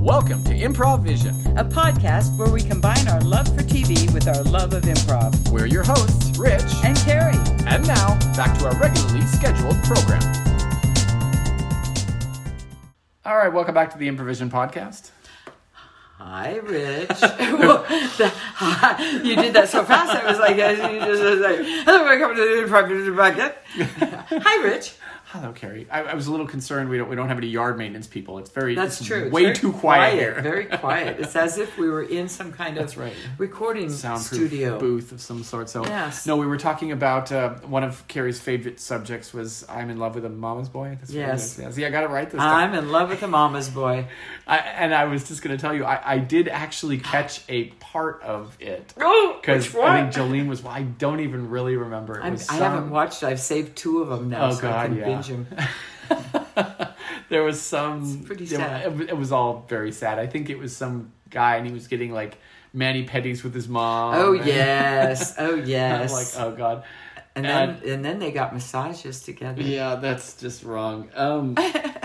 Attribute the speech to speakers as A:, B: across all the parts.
A: Welcome to Improv Vision.
B: a podcast where we combine our love for TV with our love of improv.
A: We're your hosts, Rich,
B: And Carrie,
A: and now back to our regularly scheduled program. All right, welcome back to the Improvision podcast.
B: hi, Rich. you did that so fast. I was like, you just was like, hello, welcome to the improv Vision bucket. hi, Rich.
A: Hello, Carrie. I, I was a little concerned we don't we don't have any yard maintenance people. It's very
B: That's
A: it's
B: true. It's
A: Way
B: very
A: too quiet, here.
B: Very quiet. It's as if we were in some kind of
A: That's right.
B: recording
A: soundproof
B: studio.
A: booth of some sort. So
B: Yes.
A: no, we were talking about uh, one of Carrie's favorite subjects was I'm in love with a mama's boy. That's what it
B: Yes.
A: is. See, I got it right this time.
B: I'm in love with a mama's boy.
A: I, and I was just going to tell you, I, I did actually catch a part of it.
B: Oh,
A: Because I think Jolene was. I don't even really remember. It
B: I'm,
A: was
B: I
A: some-
B: haven't watched. I've saved two of them
A: Oh,
B: now, so I
A: God,
B: can
A: yeah. Oh,
B: binge them.
A: there was some.
B: It's pretty
A: there-
B: sad.
A: It, was- it was all very sad. I think it was some guy, and he was getting like mani pedis with his mom.
B: Oh
A: and-
B: yes, oh
A: I'm
B: yes.
A: like, oh god.
B: and then and, then they got massages together
A: Yeah, that's just wrong. Um,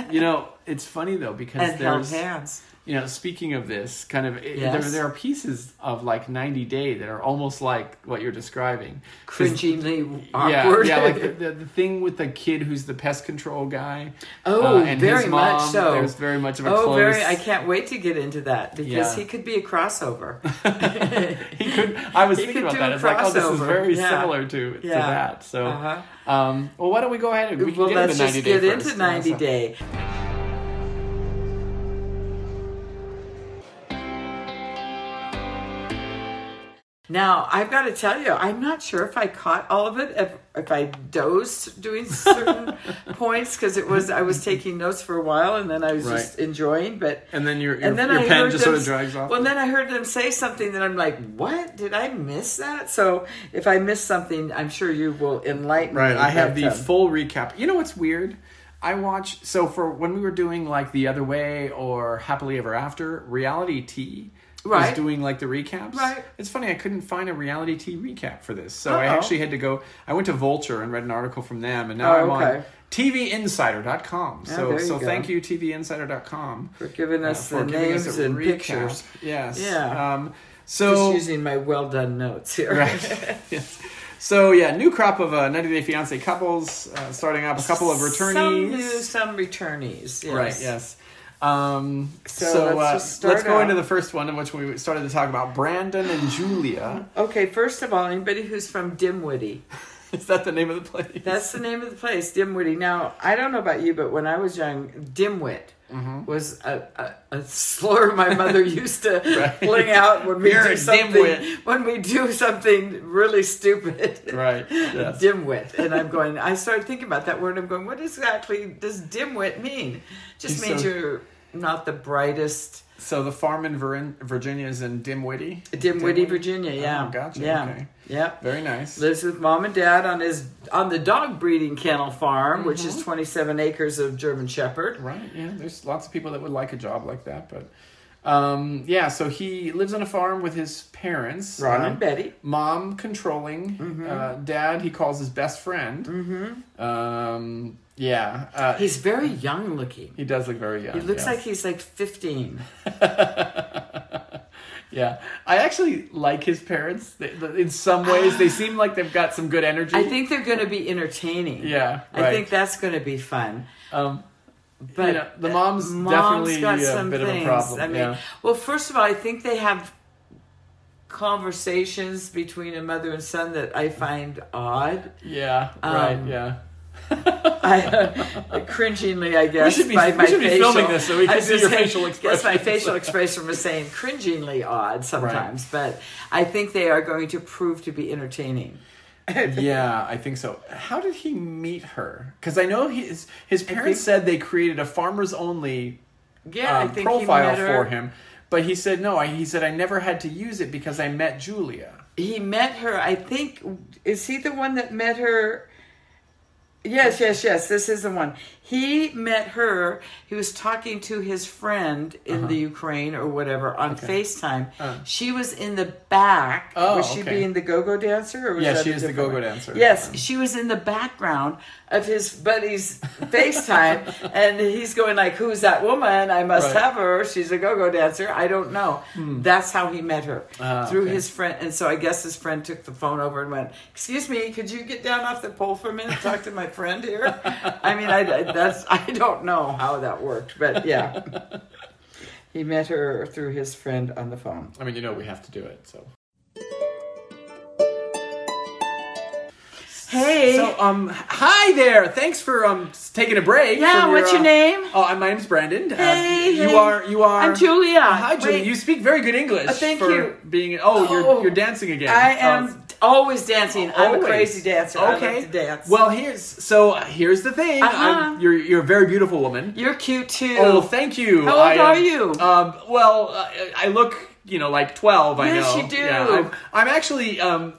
A: you know, it's funny though because
B: and held
A: there's
B: hands.
A: you know speaking of this kind of it, there
B: Yes.
A: there are pieces of like 90 Day that are almost like what you're describing. 'Cause
B: Cringingly
A: Yeah,
B: awkward.
A: yeah, like the, the, the thing with the kid who's the pest control guy. uh,
B: Oh, very
A: his
B: much
A: mom,
B: so.
A: There's very much of a
B: oh,
A: close.
B: very! I can't wait to get into that because
A: Yeah.
B: he could be a crossover.
A: he could. I was
B: He
A: thinking
B: could
A: about
B: do
A: that.
B: a
A: It's like, oh, this is
B: crossover.
A: very
B: Yeah.
A: similar to, to
B: Yeah.
A: that. So,
B: Uh-huh.
A: um, well, why don't we go ahead and we can
B: well,
A: get
B: let's
A: into
B: just
A: 90
B: get
A: Day
B: into
A: first, you know,
B: 90
A: so-
B: Day. Now, I've got to tell you, I'm not sure if I caught all of it, if, if I dozed doing certain points because it was I was taking notes for a while and then I was
A: Right.
B: just enjoying, but
A: And then your, your,
B: and then
A: your
B: I
A: pen
B: heard
A: just
B: them,
A: sort of drags off.
B: Well, then I heard them say something that I'm like, "What did I miss that?" So if I miss something, I'm sure you will enlighten me.
A: Right, I have
B: but,
A: the
B: um,
A: full recap. You know what's weird? I watch so for when we were doing like The Other Way or Happily Ever After, Reality T was
B: Right.
A: doing like the recaps.
B: Right.
A: It's funny I couldn't find a Reality T recap for this, so I
B: Uh-oh.
A: actually had to go. I went to Vulture and read an article from them, and now
B: Oh,
A: I'm on
B: okay.
A: TVInsider.com. So
B: there you
A: so
B: go.
A: thank you TVInsider.com
B: for giving
A: uh,
B: us
A: for
B: the
A: giving us
B: names
A: a
B: and
A: recap.
B: pictures.
A: Yes.
B: Yeah.
A: Um,
B: Just
A: so
B: using my well done notes here.
A: Right. yes. So yeah, new crop of uh, 90 Day Fiance couples uh, starting up. A couple of returnees.
B: Some new, some returnees. Yes.
A: Right. Yes. Um, so
B: So let's
A: uh,
B: just start
A: let's go
B: out.
A: into the first one in which we started to talk about Brandon and Julia.
B: Okay. First of all, anybody who's from Dimwitty,
A: Is that the name of the place?
B: that's the name of the place, Dimwitty. Now, I don't know about you, but when I was young, Dimwit.
A: Mm-hmm.
B: Was a, a, a slur my mother used to
A: Right.
B: fling out when we
A: You're a
B: do something
A: dimwit.
B: when we do something really stupid.
A: right. Yes.
B: dimwit. And I'm going, I started thinking about that word. I'm going, what exactly does dimwit mean? Just
A: So-
B: means you're not the brightest.
A: so the farm in Virin- Virginia is in Dimwitty.
B: Dimwitty, Virginia. Yeah.
A: Oh, gotcha.
B: Yeah.
A: Okay.
B: Yep.
A: Very nice.
B: Lives with mom and dad on his on the dog breeding kennel farm, which
A: Mm-hmm.
B: is 27 acres of German Shepherd.
A: Right. Yeah. There's lots of people that would like a job like that, but. Um, yeah, so he lives on a farm with his parents.
B: Ron
A: Um,
B: and Betty.
A: mom controlling
B: Mm-hmm.
A: uh, dad he calls his best friend mm-hmm. um, yeah uh,
B: He's very young looking.
A: he does look very young
B: He looks
A: yes.
B: like he's like 15.
A: yeah i actually like his parents they, th- in some ways they seem like they've got some good energy
B: I think they're going to be entertaining.
A: yeah right.
B: I think that's going to be fun.
A: um,
B: but
A: You know, the mom's definitely a bit of a problem,
B: I mean,
A: yeah.
B: well, first of all, I think they have conversations between a mother and son that I find odd.
A: yeah right
B: Um,
A: yeah
B: I, cringingly, I guess.
A: should be-
B: by
A: we
B: my
A: should be
B: facial,
A: filming this so we can
B: I
A: see your
B: saying-
A: facial
B: Guess my
A: expressions.
B: facial expression was saying cringingly odd sometimes, but I think they are going to prove to be entertaining.
A: yeah, I think so. How did he meet her? Because I know his his parents said they created a farmers only
B: Yeah,
A: um,
B: I think
A: profile
B: he met her.
A: for him, but he said no. I, he said I never had to use it because I met Julia.
B: he met her i think is he the one that met her yes yes yes this is the one He met her. He was talking to his friend
A: Uh-huh.
B: in the Ukraine or whatever on FaceTime. She was in the back.
A: Uh. Oh,
B: was she
A: okay.
B: being the go-go dancer? Or was
A: Yeah,
B: that
A: she
B: a
A: is the
B: different
A: go-go
B: one?
A: dancer. Uh-huh.
B: Yes, she was in the background of his buddy's FaceTime, and he's going like, "Who's that woman? I
A: Right.
B: must
A: Hmm.
B: have her. She's a go-go dancer. I don't know." That's how he met her
A: Ah,
B: through
A: okay.
B: his friend, and so I guess his friend took the phone over and went, "Excuse me, could you get down off the pole for a minute, and talk to my friend here?" I mean, I I- that's I don't know how that worked, but yeah. He met her through his friend on the phone.
A: I mean, you know, we have to do it. So,
B: Hey,
A: so um, hi there. Thanks for um s- taking a break.
B: Yeah,
A: from
B: what's your uh, name?
A: Oh, I- my name's Brandon.
B: Hey,
A: you
B: hey.
A: are you are.
B: I'm Julia.
A: Hi, Julia.
B: Wait.
A: You speak very good English.
B: Oh, thank
A: for
B: you.
A: Being oh,
B: Oh.
A: you're you're dancing again.
B: I
A: Um,
B: am always dancing. I'm a
A: Always.
B: crazy dancer. I love to dance.
A: Well, here's so here's the thing.
B: Uh-huh.
A: I'm, you're you're a very beautiful woman.
B: you're cute too.
A: Oh, thank you.
B: How old
A: I am-
B: are you?
A: Um, well, I, I look, you know, like twelve. I
B: Yes,
A: know.
B: you do.
A: Yeah, I'm, I'm actually um,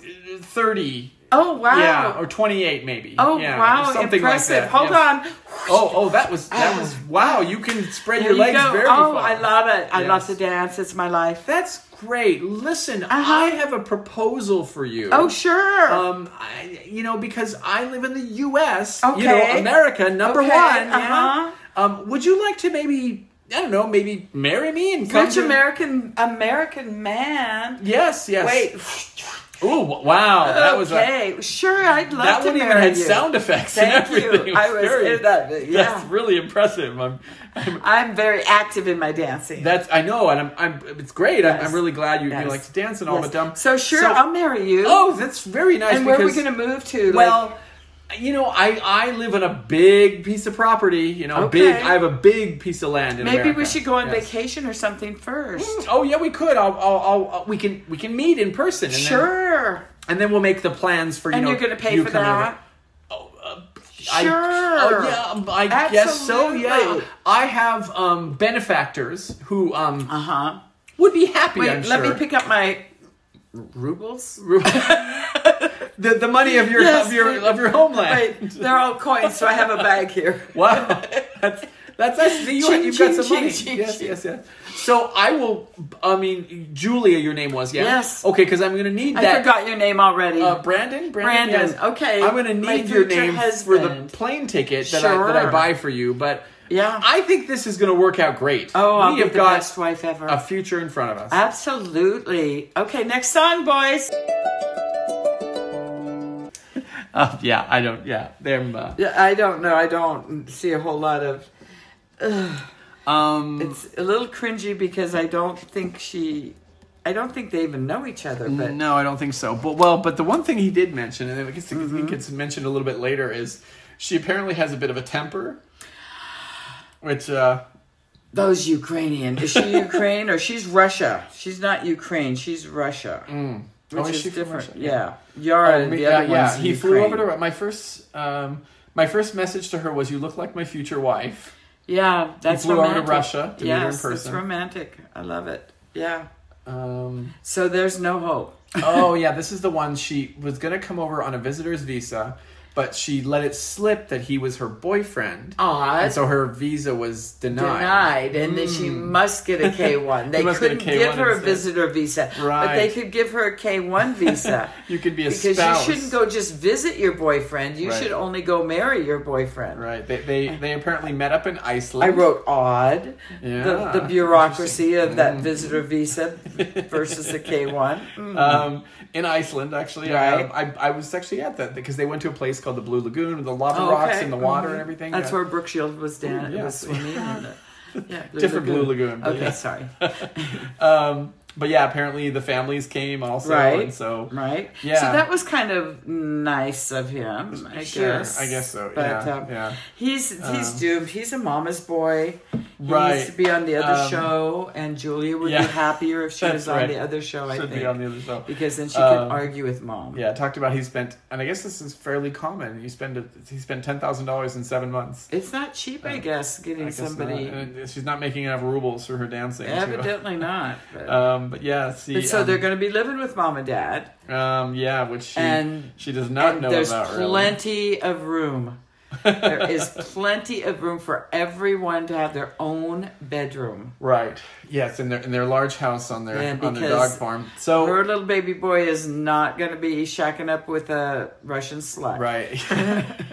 A: thirty.
B: Oh, wow.
A: Yeah, or twenty-eight maybe.
B: oh
A: yeah,
B: wow,
A: something
B: impressive.
A: Like that.
B: Hold
A: yeah.
B: on.
A: Oh, oh, that was that was wow. You can spread
B: There
A: your
B: you
A: legs
B: go.
A: very
B: oh,
A: far.
B: I love it. I love
A: Yes.
B: to dance. It's my life.
A: That's great. Listen, I have a proposal for you.
B: Uh-huh. Oh sure.
A: Um, I, you know, because I live in the U.S., you
B: Okay.
A: know, America, number
B: Okay,
A: one. Yeah?
B: uh-huh.
A: Um, would you like to maybe, I don't know, maybe marry me and come
B: Rich
A: to-
B: American American man.
A: Yes, yes.
B: Wait.
A: Ooh, wow, that was a,
B: okay. sure, I'd love
A: that
B: to
A: one
B: marry
A: even had
B: you.
A: sound effects and
B: Thank you.
A: everything. It
B: I was
A: very-
B: in that, yeah.
A: That's really impressive. I'm, I'm,
B: I'm very active in my dancing.
A: that's I know, and I'm, I'm it's great. I'm,
B: Yes.
A: I'm really glad you,
B: Yes.
A: you like to dance and all,
B: Yes.
A: but um,
B: So sure, I'll marry you.
A: oh, that's very nice.
B: and where are we
A: because-
B: going to move to?
A: Well, you know, I I live on a big piece of property. You know,
B: Okay.
A: big. I have a big piece of land. In
B: Maybe we
A: America.
B: should go on
A: Yes.
B: vacation or something first.
A: Oh yeah, we could. I'll, I'll, I'll, I'll- we can we can meet in person. And Then,
B: Sure.
A: and then we'll make the plans for you
B: and
A: know.
B: you're going to pay
A: you
B: for
A: coming over.
B: that.
A: Oh, uh,
B: Sure.
A: I, oh, yeah, um, I guess so. Yeah,
B: Absolutely.
A: I have um, benefactors who um,
B: Uh huh.
A: would be happy.
B: Wait,
A: I'm
B: let
A: sure.
B: me pick up my rubles.
A: the the money of your
B: Yes.
A: of your of your homeland.
B: Wait, they're all coins, so I have a bag here.
A: Wow, that's that's nice. See, you,
B: Ching,
A: you've
B: ching,
A: got some
B: ching,
A: money.
B: ching,
A: yes,
B: ching.
A: yes, yes. So I will. I mean, Julia, your name was yeah.
B: Yes.
A: Okay, because I'm gonna need
B: I
A: that.
B: forgot your name already.
A: Uh, Brandon, Brandon,
B: Brandon,
A: yes.
B: okay.
A: I'm gonna
B: My
A: need your
B: future
A: name for the
B: husband.
A: plane ticket that I that I
B: Sure.
A: buy for you. But
B: Yeah.
A: I think this is gonna work out great.
B: oh, I'll
A: we
B: be
A: have
B: the
A: got
B: best wife ever.
A: a future in front of us.
B: Absolutely. Okay, next song, boys.
A: Uh, yeah, I don't. Yeah, them. Uh,
B: Yeah, I don't know. I don't see a whole lot of.
A: um,
B: It's a little cringy because I don't think she. I don't think they even know each other, but
A: No, I don't think so. But well, but the one thing he did mention, and I guess it
B: Mm-hmm.
A: gets mentioned a little bit later, is she apparently has a bit of a temper, which uh,
B: Those Ukrainian. Is she Ukraine or she's Russia? She's not Ukraine. She's Russia. Which
A: Oh, is
B: is,
A: she from
B: different.
A: Russia? Oh,
B: Yeah. Yara
A: I
B: and
A: mean,
B: the other
A: yeah, yeah,
B: one's
A: he flew over to my first um, my first message to her was, "You look like my future wife."
B: Yeah, that's
A: flew over to
B: romantic.
A: Russia to meet her in
B: yes,
A: person.
B: It's romantic. I love it. Yeah.
A: Um,
B: So there's no hope.
A: oh yeah, this is the one she was gonna come over on a visitor's visa, but she let it slip that he was her boyfriend,
B: Aw,
A: and so her visa was
B: Oh, denied, and then she must get a K one. They
A: Mm. must get a
B: couldn't
A: K1
B: give her
A: instead.
B: a visitor visa, but
A: Right.
B: they could give her a K one visa.
A: You could be a
B: because
A: spouse.
B: you shouldn't go just visit your boyfriend. You
A: Right.
B: should only go marry your boyfriend.
A: Right. They, they they apparently met up in Iceland.
B: I wrote odd.
A: Yeah, Mm.
B: The, the bureaucracy of that visitor visa versus the K one.
A: um, in Iceland, actually.
B: Hmm. Right.
A: Um, I, I was actually at that because they went to a place called the Blue Lagoon with the lava
B: Oh,
A: rocks
B: okay.
A: and the water
B: Mhm.
A: and everything.
B: That's
A: Yeah.
B: where Brookshield was down.
A: Ooh, yeah.
B: was swimming. and, uh, yeah, Blue
A: Different Blue Lagoon, but
B: Okay,
A: yeah.
B: sorry.
A: Um, but yeah, apparently the families came also,
B: Right.
A: and so
B: Right.
A: Yeah.
B: So that was kind of nice of him. Mm, I
A: Sure,
B: guess.
A: I guess so,
B: But
A: yeah,
B: um,
A: yeah.
B: he's he's doomed. He's a mama's boy. He
A: Right.
B: needs to be on the other
A: Um,
B: show, and Julia would
A: yeah.
B: be happier if she
A: That's
B: was on
A: right.
B: the other show. I
A: should
B: think
A: be on the other show.
B: because then she
A: Um,
B: could argue with mom.
A: Yeah, talked about he spent, and I guess this is fairly common. You spend a, he spent ten thousand dollars in seven months.
B: It's not cheap, I guess,
A: Uh, I
B: getting
A: guess
B: somebody.
A: not. Uh, And she's not making enough rubles for her dancing. too.
B: Evidently not. But,
A: Um, but yeah, see,
B: but so
A: um,
B: they're going to be living with mom and dad,
A: Um, yeah, which she,
B: And-
A: she does not
B: and
A: know
B: there's
A: about. really.
B: plenty of room there is plenty of room for everyone to have their own bedroom.
A: Right. Yes, in their in their large house on their
B: Yeah,
A: on their dog
B: because
A: farm. So
B: Her little baby boy is not going to be shacking up with a Russian slut.
A: Right.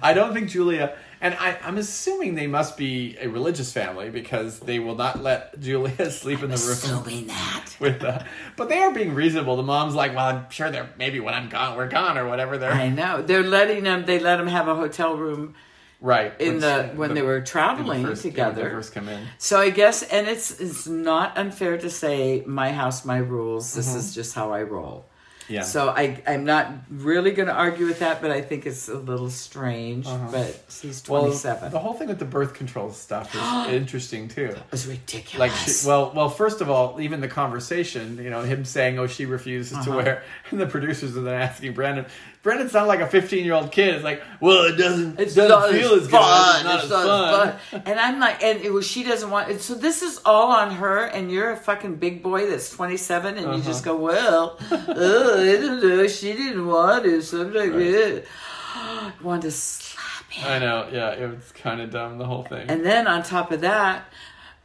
A: I don't think Julia, and I, I'm assuming they must be a religious family because they will not let Julia sleep in the room
B: Assuming that.
A: with. Uh, but they are being reasonable. The mom's like, "Well, I'm sure they're maybe when I'm gone, we're gone or whatever." They're
B: I know they're letting them. They let them have a hotel room
A: right
B: in
A: which-
B: the when they were
A: in the
B: traveling
A: first- yeah, when they
B: together.
A: first come in.
B: So I guess, and it's it's not unfair to say my house, my rules. This is just how I roll.
A: Yeah.
B: So I I'm not really going to argue with that, but I think it's a little strange. But he's
A: Well,
B: 27.
A: the whole thing with the birth control stuff is interesting too.
B: it was
A: Like,
B: ridiculous.
A: she, well, well. First of all, even the conversation, you know, him saying, "Oh, she refuses to wear," and the producers are then asking Brandon. Brandon's not like a fifteen-year-old kid. It's like, well, it doesn't. It doesn't feel as good. It's not as fun.
B: fun. And I'm like, and it was she doesn't want. And so this is all on her. And you're a fucking big boy that's 27, and you just go, well, oh, I don't know. She didn't want it. Something like that. want to slap him.
A: I know. Yeah, it was kind of dumb. The whole thing.
B: And then on top of that,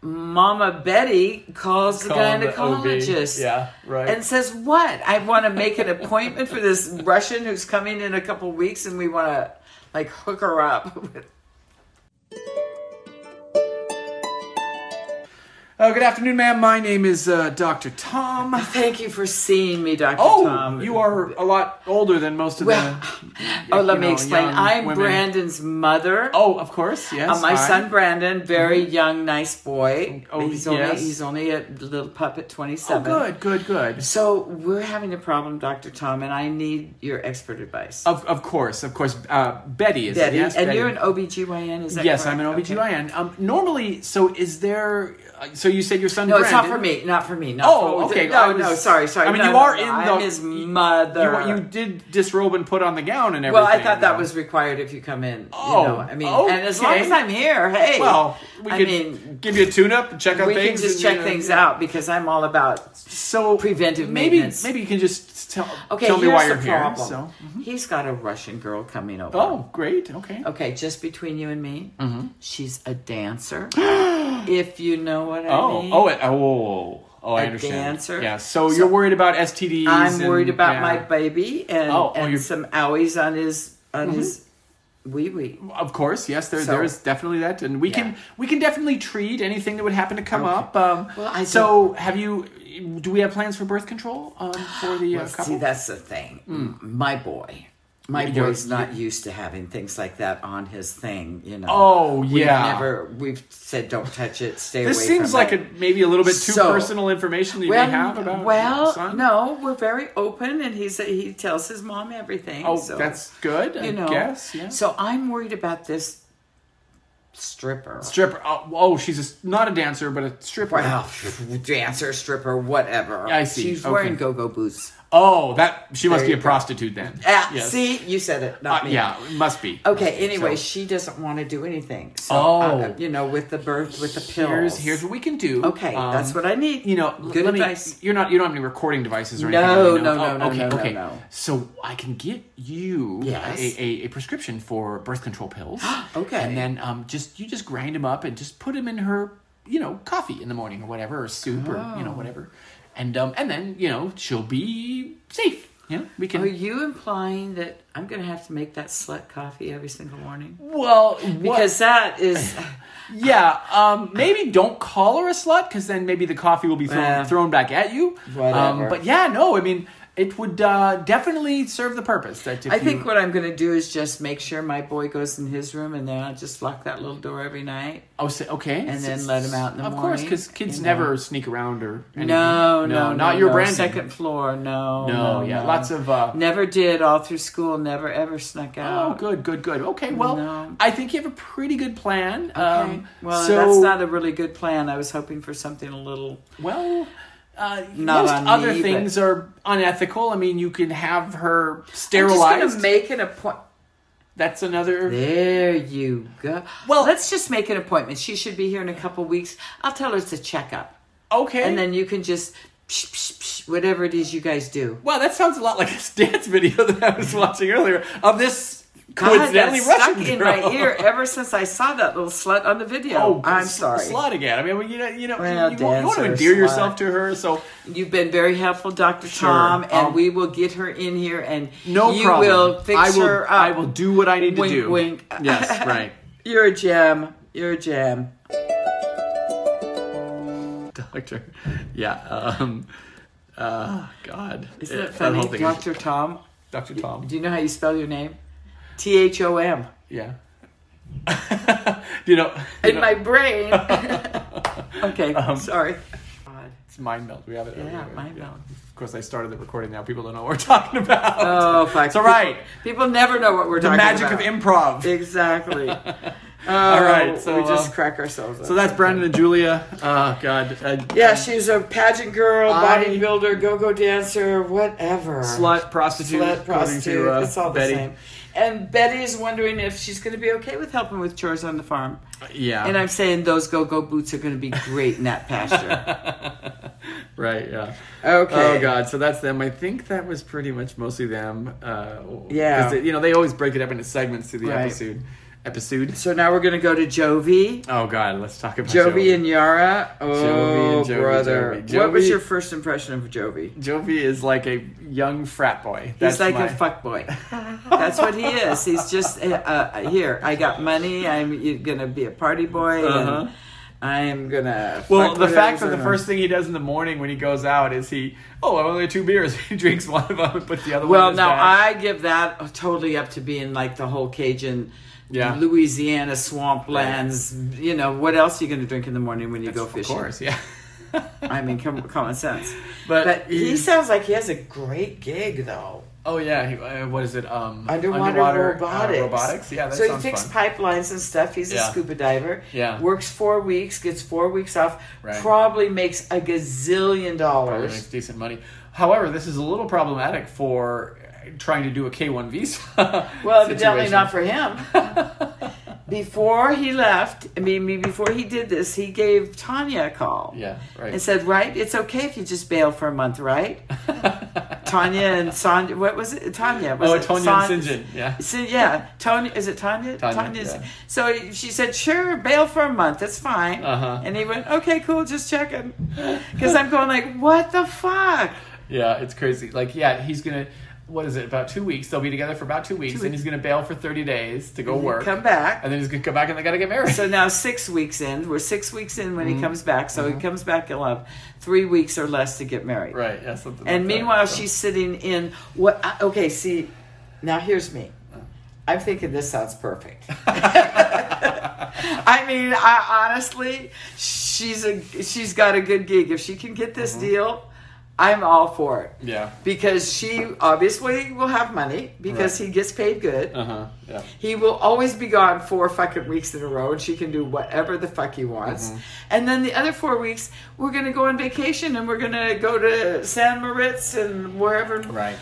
B: Mama Betty calls the
A: Calling the OB.
B: gynecologist.
A: Yeah. Right.
B: And says, What? I want to make an appointment for this Russian who's coming in a couple weeks and we want to like hook her up with
A: oh, good afternoon, ma'am. My name is uh, Doctor Tom.
B: Thank you for seeing me, Dr.
A: Oh,
B: Tom.
A: you are a lot older than most of
B: Well,
A: the.
B: oh, let
A: you
B: me
A: know,
B: explain.
A: young
B: I'm
A: women.
B: Brandon's mother.
A: Oh, of course. Yes.
B: Uh, my
A: hi.
B: son Brandon, very young, nice boy.
A: Oh,
B: he's
A: yes.
B: only he's only a little pup at twenty
A: Oh,
B: seven.
A: good. Good. Good.
B: So we're having a problem, Doctor Tom, and I need your expert advice.
A: Of, of course, of course. Uh, Betty is
B: Betty,
A: it? Yes,
B: and
A: Betty.
B: you're an OBGYN, is that
A: yes, I'm
B: correct?
A: an
B: Okay.
A: OBGYN. Um, normally, so is there? Uh, so you said your son?
B: No, it's not for
A: Brandon-
B: me. Not for me. Not
A: Oh,
B: for,
A: okay. I
B: No,
A: was-
B: no, sorry, sorry.
A: I mean,
B: No,
A: you
B: no,
A: are
B: no,
A: in
B: I'm
A: the-
B: his mother.
A: You, you did disrobe and put on the gown and everything.
B: Well, I thought
A: though.
B: that was required if you come in.
A: Oh,
B: you know, I mean, and as
A: okay.
B: long as I'm here, hey.
A: Well, we
B: I
A: could
B: mean,
A: give you a tune-up and check out
B: we can
A: things.
B: just
A: and,
B: check
A: you know,
B: things
A: yeah.
B: out because I'm all about.
A: So
B: Preventive
A: maybe,
B: maintenance.
A: Maybe you can just tell
B: Okay,
A: tell me
B: here's
A: why
B: the
A: you're here.
B: problem.
A: So, mm-hmm.
B: He's got a Russian girl coming over.
A: oh, Mm-hmm. great. Okay.
B: Okay, just between you and me, she's a dancer. if you know what I
A: Oh,
B: mean.
A: oh, it, oh, oh, I
B: A
A: understand.
B: dancer.
A: Yeah. So,
B: So-
A: you're worried about STDs.
B: I'm
A: and-
B: worried about
A: yeah.
B: my baby and,
A: Oh, oh,
B: and
A: you're-
B: some owies on his on his wee wee.
A: Of course, yes, there
B: So-
A: there is definitely that, and we can
B: Yeah.
A: we can definitely treat anything that would happen to come up. Um,
B: Well, I
A: so have you? Do we have plans for birth control um, for the uh,
B: See,
A: couple?
B: that's the thing. My boy, my
A: Mm. You're-
B: boy's not used to having things like that on his thing. You know.
A: Oh,
B: We've
A: yeah.
B: never we've said don't touch it. Stay
A: This
B: away.
A: seems
B: from
A: like
B: it.
A: a, maybe a little bit too
B: So-
A: personal information that you
B: Well,
A: may have about your
B: well,
A: son.
B: no, we're very open, and he's he tells his mom everything.
A: Oh,
B: so,
A: that's good. I
B: you know.
A: guess. Yeah.
B: So I'm worried about this stripper.
A: Stripper. Oh, oh, she's a s not a dancer, but a stripper.
B: Well, dancer, stripper, whatever.
A: I see.
B: She's
A: Okay.
B: wearing go-go boots.
A: Oh, that she must
B: There
A: be a
B: you go.
A: prostitute then.
B: Ah,
A: Yes.
B: See, you said it,
A: Uh,
B: not me.
A: yeah, it must be.
B: Okay. Anyway,
A: So-
B: she doesn't want to do anything. So,
A: Oh.
B: uh, you know, with the birth, with the pills.
A: Here's here's what we can do.
B: okay,
A: Um,
B: that's what I need.
A: you know,
B: good
A: let
B: advice.
A: Me, you're not. You don't have any recording devices or
B: No,
A: anything.
B: no,
A: Oh,
B: no, no,
A: okay,
B: no, no,
A: okay.
B: no.
A: So I can get you
B: Yes.
A: a, a, a prescription for birth control pills.
B: Okay.
A: and then um, just you just grind them up and just put them in her, you know, coffee in the morning or whatever, or soup or
B: Oh.
A: you know whatever, and um, and then you know she'll be safe. Yeah, we can.
B: Are you implying that I'm going to have to make that slut coffee every single morning?
A: well, what-
B: Because that is
A: Yeah, um, maybe don't call her a slut because then maybe the coffee will be thrown,
B: Eh.
A: thrown back at you. Um,
B: Whatever.
A: but yeah, no, I mean, it would uh, definitely serve the purpose. That if
B: I
A: you-
B: think what I'm going to do is just make sure my boy goes in his room, and then I just lock that little door every night.
A: oh, so- okay,
B: and then let 'em out in the
A: Of course,
B: morning,
A: because kids
B: you know.
A: never sneak around or anything.
B: No, no, no,
A: not your
B: no.
A: brand.
B: Second floor, no,
A: No, yeah, lots of. Uh,
B: never did all through school. Never ever snuck
A: Oh,
B: out.
A: good, good, good. Okay, well,
B: uh, No.
A: I think you have a pretty good plan.
B: Okay.
A: Um,
B: well,
A: so,
B: that's not a really good plan. I was hoping for something a little.
A: Well, uh,
B: Not
A: most
B: on
A: other
B: me, but-
A: things are unethical. I mean, you can have her
B: I'm just
A: sterilized.
B: going to make an appointment.
A: That's another.
B: There you go.
A: Well-
B: Well, let's just make an appointment. She should be here in a couple weeks. I'll tell her it's a checkup,
A: Okay.
B: and then you can just psh, psh, psh, whatever it is you guys do.
A: wow, that sounds a lot like this dance video that I was watching earlier of this
B: God,
A: coincidentally
B: that's
A: Russian
B: stuck in
A: girl.
B: my ear ever since I saw that little slut on the video.
A: Oh,
B: I'm
A: s-
B: sorry.
A: Slut again. I mean, well, you know, you know,
B: Well,
A: you, want, you want to
B: dancer,
A: endear
B: slut.
A: yourself to her. So
B: You've been very helpful, Dr.
A: Sure.
B: Tom, and
A: Um,
B: we will get her in here and
A: no
B: you
A: problem.
B: will fix
A: I will,
B: her up.
A: I will do what I need
B: Wink,
A: to do.
B: wink.
A: Yes, right.
B: You're a gem. You're a gem.
A: Doctor. Yeah. Um, uh, God.
B: Isn't
A: Yeah,
B: it
A: that
B: funny?
A: whole thing is-
B: Dr. Tom.
A: Dr. Tom.
B: Do you know how you spell your name? T H O M.
A: Yeah. you know, you
B: In
A: know,
B: my brain. okay,
A: Um,
B: sorry.
A: it's mind melt. We have it.
B: Yeah,
A: earlier.
B: mind melt.
A: Of course, I started the recording now. People don't know what we're talking about.
B: Oh, fuck.
A: It's all right.
B: People, people never know what we're
A: the
B: talking
A: magic
B: about.
A: of improv.
B: Exactly. Oh,
A: All right, so,
B: we just
A: um,
B: crack ourselves up.
A: so that's Brandon and Julia. Oh, God. I,
B: yeah, she's a pageant girl,
A: I-
B: bodybuilder, go-go dancer, whatever.
A: uh, Slut prostitute.
B: Slut
A: according
B: prostitute.
A: to, uh,
B: it's all the
A: Betty.
B: same. And Betty's wondering if she's going to be okay with helping with chores on the farm.
A: Yeah.
B: And I'm saying those go-go boots are going to be great in that pasture.
A: right, yeah.
B: Okay.
A: Oh God! So that's them. I think that was pretty much mostly them. Uh,
B: Yeah.
A: 'cause they- you know they always break it up into segments through the
B: Right.
A: episode. Episode.
B: So now we're going to go to Jovi.
A: Oh God! Let's talk about
B: Jovi and Yara. Oh,
A: Jovi and Jovi,
B: brother.
A: Jovi.
B: What was
A: Jovi-
B: your first impression of Jovi?
A: Jovi is like a young frat boy.
B: He's like
A: my-
B: a fuck boy. That's what he is. He's just uh, uh, here. I got money. I'm you're gonna be a party boy.
A: Uh-huh.
B: And I'm gonna.
A: Well,
B: fuck
A: the
B: with
A: fact that
B: others
A: the
B: and-
A: first thing he does in the morning when he goes out is he, oh, I only had two beers. He drinks one of them and puts the other one.
B: Well,
A: in his
B: now
A: bag.
B: I give that totally up to being like the whole Cajun.
A: Yeah.
B: Louisiana swamplands. You know what else are you going to drink in the morning when you go
A: of
B: fishing?
A: course, yeah.
B: I mean, come, common sense.
A: But
B: But he
A: he's-
B: sounds like he has a great gig, though.
A: oh yeah, he, uh, what is it? Um,
B: underwater,
A: uh,
B: robotics.
A: robotics. Yeah, that
B: so he
A: sounds
B: fixed
A: fun.
B: pipelines and stuff. He's
A: Yeah.
B: a scuba diver.
A: Yeah.
B: works four weeks, gets four weeks off.
A: Right.
B: Probably makes a
A: Probably
B: gazillion dollars.
A: makes decent money. However, this is a little problematic for trying to do a K one visa.
B: Well, evidently not for him. before he left, I mean, me- before he did this, he gave Tanya a call
A: yeah,
B: and
A: right.
B: said, "Right, it's okay if you just bail for a month, right?" Tanya and Sandra. What was it? Tanya. Was
A: oh,
B: it
A: Tonya
B: San-
A: and Sinjin. Yeah.
B: So, yeah, Tony. Is it Tanya?
A: Tanya,
B: Tanya's.
A: yeah.
B: So she said, "Sure, bail for a month. That's fine."
A: Uh-huh.
B: And he went, "Okay, cool. Just checking," because I'm going like, "What the fuck?"
A: Yeah, it's crazy. Like, yeah, he's gonna. What is it? About two weeks. They'll be together for about two weeks, and
B: weeks.
A: he's gonna bail for thirty days to go
B: And
A: work,
B: Come back.
A: and then he's gonna come back, and they gotta get married.
B: So now six weeks in. We're six weeks in when he
A: Mm-hmm.
B: comes back. So he comes back. He'll have three weeks or less to get married.
A: right. Yeah. Something like
B: And
A: that,
B: meanwhile,
A: so.
B: she's sitting in what? I, okay, see, now here's me. I'm thinking this sounds perfect. I mean, I honestly, she's a she's got a good gig. If she can get this deal, I'm all for it
A: Yeah.
B: because she obviously will have money because he gets paid good.
A: Uh huh. Yeah.
B: He will always be gone four fucking weeks in a row, and she can do whatever the fuck he wants.
A: Mm-hmm.
B: And then the other four weeks, we're gonna go on vacation, and we're gonna go to San Moritz and wherever.
A: Right.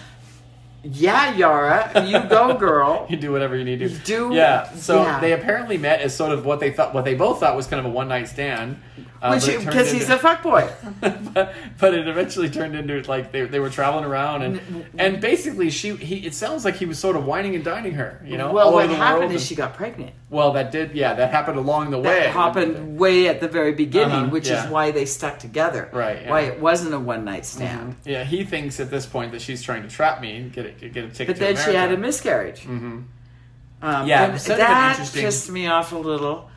B: Yeah, Yara, you go, girl.
A: You do whatever you need to
B: do-
A: Yeah. So
B: yeah.
A: they apparently met as sort of what they thought, what they both thought was kind of a one night stand. uh, but it turned
B: Because he's
A: into-
B: a fuckboy.
A: but, but it eventually turned into like they, they were traveling around and and basically she he it sounds like he was sort of whining and dining her you know
B: well,
A: all
B: what
A: over the
B: happened
A: world
B: is
A: and-
B: she got pregnant.
A: well that did yeah that happened along the way
B: That happened way at the very beginning,
A: Uh-huh,
B: which
A: yeah.
B: is why they stuck together.
A: Right, yeah. Mm-hmm.
B: Why it wasn't a one night stand.
A: yeah he thinks at this point that she's trying to trap me and get a, get a ticket
B: But
A: to
B: then she had a
A: America.
B: miscarriage. Mm-hmm. Um,
A: Yeah,
B: and
A: it's sort of an
B: that
A: interesting-
B: pissed me off a little.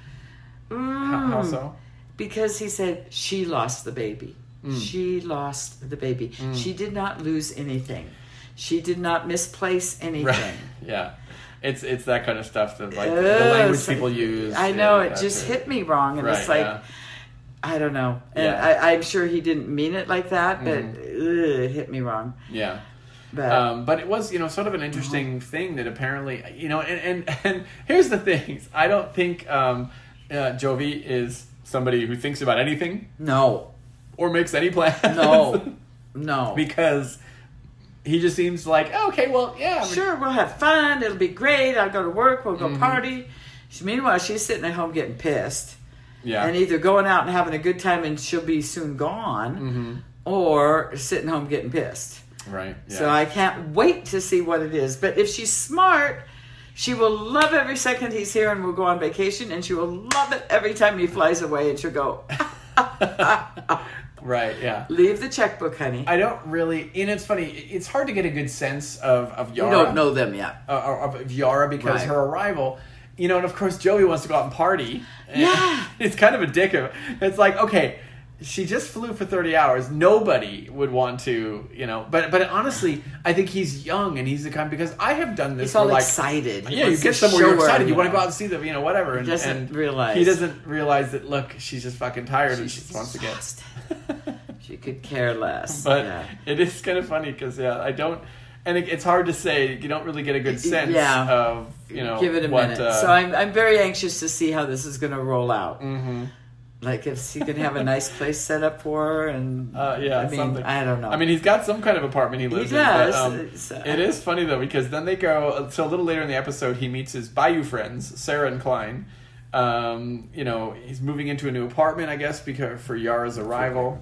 B: Mm,
A: How so?
B: Because he said she lost the baby.
A: Mm.
B: She lost the baby. She did not lose anything. She did not misplace anything.
A: right yeah it's it's that kind of stuff that like the
B: Ugh,
A: language
B: it's like-
A: people use
B: I know
A: and
B: it
A: that
B: just
A: sort of-
B: hit me wrong, and it's
A: Right,
B: like
A: yeah.
B: I don't know. And
A: Yeah.
B: I, I'm sure he didn't mean it like that, but ugh, it hit me wrong.
A: yeah
B: But
A: um, but it was you know sort of an interesting
B: Uh-huh.
A: thing that apparently you know and and, and here's the things i don't think um, uh, jovi is somebody who thinks about anything
B: no,
A: or makes any plans
B: no, no.
A: because he just seems like "Oh, okay well yeah I mean,
B: sure, we'll have fun. It'll be great. I'll go to work. We'll go
A: Mm-hmm.
B: party. She, meanwhile, she's sitting at home getting pissed
A: yeah
B: and either going out and having a good time and she'll be soon gone
A: Mm-hmm.
B: or sitting home getting pissed.
A: right yeah.
B: So I can't wait to see what it is. But if she's smart, She will love every second he's here and will go on vacation, and she will love it every time he flies away, and she'll go,
A: Right, yeah.
B: Leave the checkbook, honey.
A: I don't really, and it's funny. It's hard to get a good sense of of
B: you
A: Yara.
B: don't know them yet.
A: uh, of of Yara because
B: Right.
A: her arrival. You know, and of course Joey wants to go out and party. And
B: Yeah.
A: it's kind of a dick. of- It's like okay, she just flew for thirty hours. Nobody would want to, you know. But but honestly, I think he's young and he's the kind because I have done this.
B: He's all
A: where, like,
B: excited. He
A: Yeah, you
B: wants to
A: get somewhere you're
B: show her,
A: excited. You,
B: you
A: want to
B: know.
A: go out and see them, you know, whatever. And
B: doesn't
A: and
B: realize.
A: he doesn't realize that. Look, she's just fucking tired and she
B: She's
A: just wants to get.
B: exhausted. she could care less.
A: But
B: yeah.
A: it is kind of funny because yeah, I don't, and it, it's hard to say. You don't really get a good sense
B: Yeah.
A: of you know.
B: give it a
A: what,
B: minute.
A: Uh,
B: so I'm I'm very anxious to see how this is going to roll out.
A: mhm.
B: Like if he can have a nice place set up for her, and
A: Uh, yeah,
B: I mean
A: something.
B: I don't know.
A: I mean, he's got some kind of apartment he
B: he
A: lives
B: does.
A: in. But, um,
B: so-
A: it is funny though because then they go. So a little later in the episode, he meets his Bayou friends, Sarah and Klein. Um, you know, he's moving into a new apartment, I guess, because for Yara's arrival.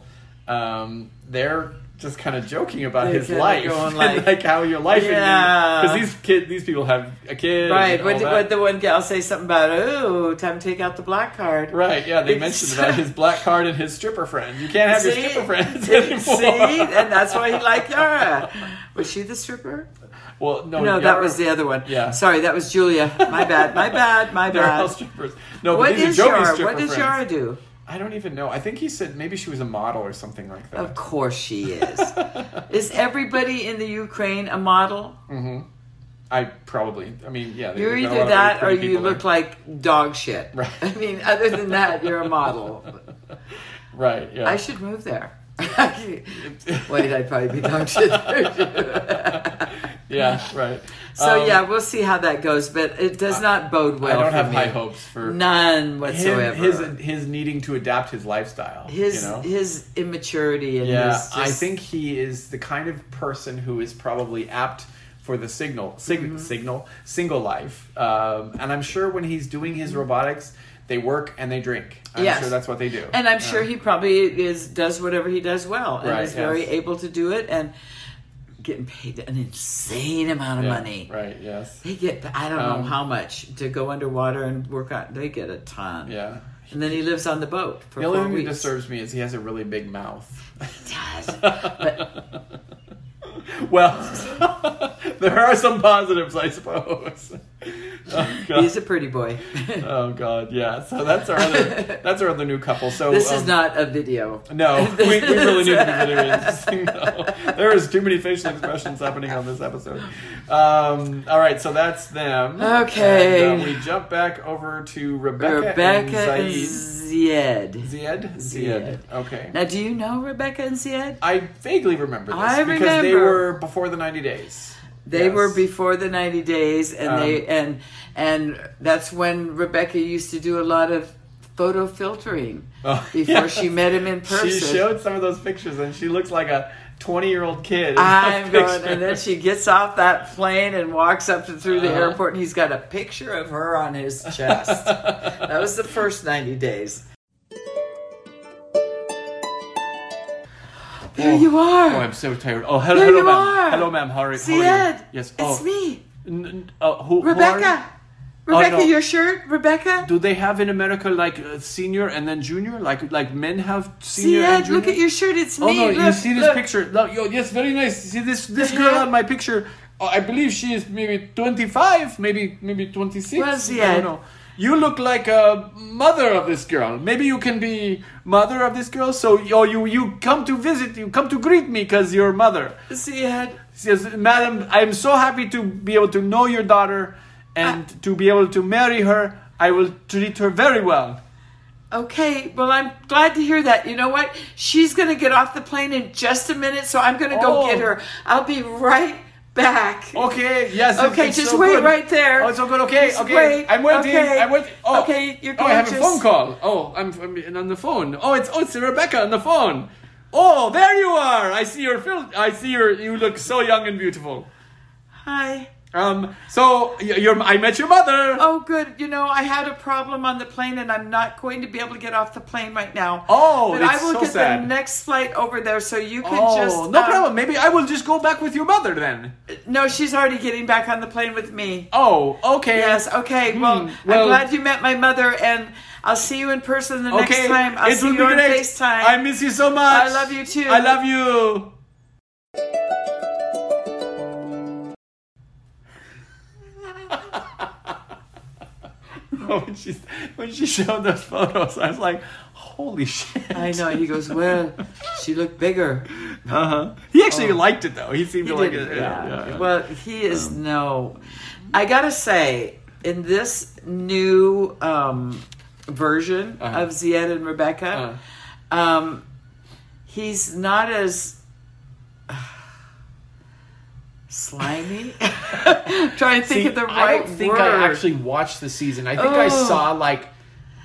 A: Um, they're just kind of joking about
B: They
A: his
B: kinda
A: life,
B: go on
A: and,
B: like-
A: like, how your life.
B: Yeah.
A: because these kid, these people have a kid, and
B: Right,
A: all
B: what, did-
A: that.
B: what the one gal say something about? Oh, time to take out the black card.
A: Right, yeah, they
B: It's-
A: mentioned about his black card and his stripper friend. You can't have your stripper friends
B: See?
A: anymore.
B: See, and that's why he liked Yara. Was she the stripper?
A: Well, no,
B: No, that
A: Yara-
B: was the other one.
A: Oh, Yeah.
B: sorry, that was Julia. My bad, my bad, my
A: They're all
B: bad.
A: strippers. No,
B: Uh, What
A: but these
B: is
A: are Joey's
B: Yara?
A: stripper
B: What does
A: friends.
B: Yara do?
A: I don't even know. I think he said maybe she was a model or something like that.
B: Of course she is. is everybody in the Ukraine a model?
A: hmm I probably. I mean, yeah. they-
B: You're
A: they've got a
B: either
A: lot of really
B: that or
A: pretty
B: you
A: people
B: look
A: there.
B: like dog shit.
A: Right.
B: I mean, other than that, you're a model.
A: Right. Yeah.
B: I should move there. Wait, I'd probably be dog shit there too.
A: yeah. Right.
B: so
A: Um,
B: yeah, we'll see how that goes, but it does not bode well.
A: I don't
B: for
A: have
B: me.
A: high hopes for
B: None
A: him,
B: whatsoever.
A: his his needing to adapt his lifestyle.
B: his,
A: you know?
B: his immaturity and
A: Yeah,
B: his just,
A: I think he is the kind of person who is probably apt for the signal, sig-
B: Mm-hmm.
A: signal, single life. Um, and I'm sure when he's doing his robotics, they work and they drink. I'm
B: Yes.
A: sure that's what they do.
B: and I'm sure he probably is does whatever he does well and
A: Right,
B: is very
A: yes.
B: able to do it and getting paid an insane amount of
A: Yeah,
B: money.
A: Right. Yes.
B: They get I don't know
A: Um,
B: how much to go underwater and work out. They get a ton.
A: Yeah.
B: And then he lives on the boat for
A: The
B: four
A: only thing that
B: weeks.
A: disturbs me is he has a really big mouth.
B: Yes. But
A: Well, there are some positives, I suppose. Oh god.
B: he's a pretty boy.
A: Oh god. Yeah. So that's our other. That's our other new couple. So
B: this
A: um,
B: is not a video.
A: No, we, we really need to be video interesting though. There is too many facial expressions happening on this episode. Um, all right, so that's them.
B: Okay.
A: And, uh, we jump back over to Rebecca,
B: Rebecca and
A: and Zied.
B: Zied.
A: Zied.
B: Zied.
A: Zied. Okay.
B: Now, do you know Rebecca and Zied?
A: I vaguely remember this
B: I
A: because they
B: remember.
A: were before the ninety days.
B: They
A: Yes. Um,
B: were before the ninety days, and they and and that's when Rebecca used to do a lot of photo filtering
A: Oh,
B: before
A: yes.
B: she met him in person.
A: She showed some of those pictures, and she looks like a twenty-year-old kid. in those
B: I'm going, and then
A: pictures.
B: she gets off that plane and walks up to, through the
A: Uh-huh.
B: airport, and he's got a picture of her on his chest. that was the first 90 days. There
A: Oh.
B: you
A: Oh,
B: are.
A: I'm so tired. Oh, hello,
B: There
A: hello,
B: you are.
A: ma'am. Hello, ma'am. How are, how
B: See
A: are you?
B: it?
A: Yes.
B: It's
A: oh.
B: me,
A: N- n- uh, who, who are
B: Rebecca.
A: Oh,
B: Rebecca,
A: no.
B: your shirt, Rebecca.
A: Do they have in America like uh, senior and then junior? Like like men have
B: See
A: senior and
B: it?
A: junior.
B: Look at your shirt. It's me.
A: Oh no! you
B: Look,
A: see this
B: look.
A: picture? No, yo, yes, very nice. You See this this girl on my picture? Oh, I believe she is maybe twenty five, maybe maybe twenty six.
B: Where's the
A: I
B: ad?
A: don't know. You look like a mother of this girl. Maybe you can be mother of this girl. So yo, you you come to visit, you come to greet me because you're mother.
B: See it?
A: She says, Madam, I'm so happy to be able to know your daughter and
B: Ah.
A: to be able to marry her. I will treat her very well.
B: Okay, well, I'm glad to hear that. You know what? She's going to get off the plane in just a minute, so I'm going to go
A: Oh.
B: get her. I'll be right back.
A: Okay, yes. it's-
B: Okay,
A: it's
B: just
A: so
B: wait
A: good.
B: right there.
A: Oh, it's so good. Okay,
B: Just
A: okay.
B: wait.
A: I'm waiting.
B: Okay.
A: I'm waiting. Oh,
B: Okay, you're
A: oh, I have a
B: gorgeous.
A: phone call. Oh, I'm, I'm on the phone. Oh, it's oh, it's Rebecca on the phone. Oh, there you are. I see your fil- I see your. You look so young and beautiful.
B: Hi.
A: Um, so y- your, I met your mother.
B: Oh, good. You know, I had a problem on the plane, and I'm not going to be able to get off the plane right now.
A: Oh,
B: but
A: it's
B: I will
A: so
B: get
A: sad.
B: the next flight over there, so you can
A: oh,
B: just.
A: no
B: um, Uh,
A: problem. Maybe I will just go back with your mother then.
B: No, she's already getting back on the plane with me.
A: Oh, okay.
B: Yes. Okay. Well,
A: well-
B: I'm glad you met my mother, and I'll see you in person the
A: Okay.
B: next time. I'll
A: it
B: see
A: will
B: you
A: be
B: on
A: great.
B: FaceTime.
A: I miss you so much.
B: I love you too.
A: I love you. when she when she showed those photos, I was like, "Holy shit!"
B: I know. He goes, well, she looked bigger.
A: Uh huh. He actually liked it though. He seemed
B: He
A: to like
B: did,
A: it.
B: yeah.
A: yeah, Um, yeah.
B: Well, he is no. I gotta say, in this new um, version
A: Uh-huh.
B: of Ziad and Rebecca, um, he's not as slimy. Trying to think
C: See,
B: of the right
C: I don't think
B: word.
C: I actually watched the season. I think I
B: Ugh.
C: saw like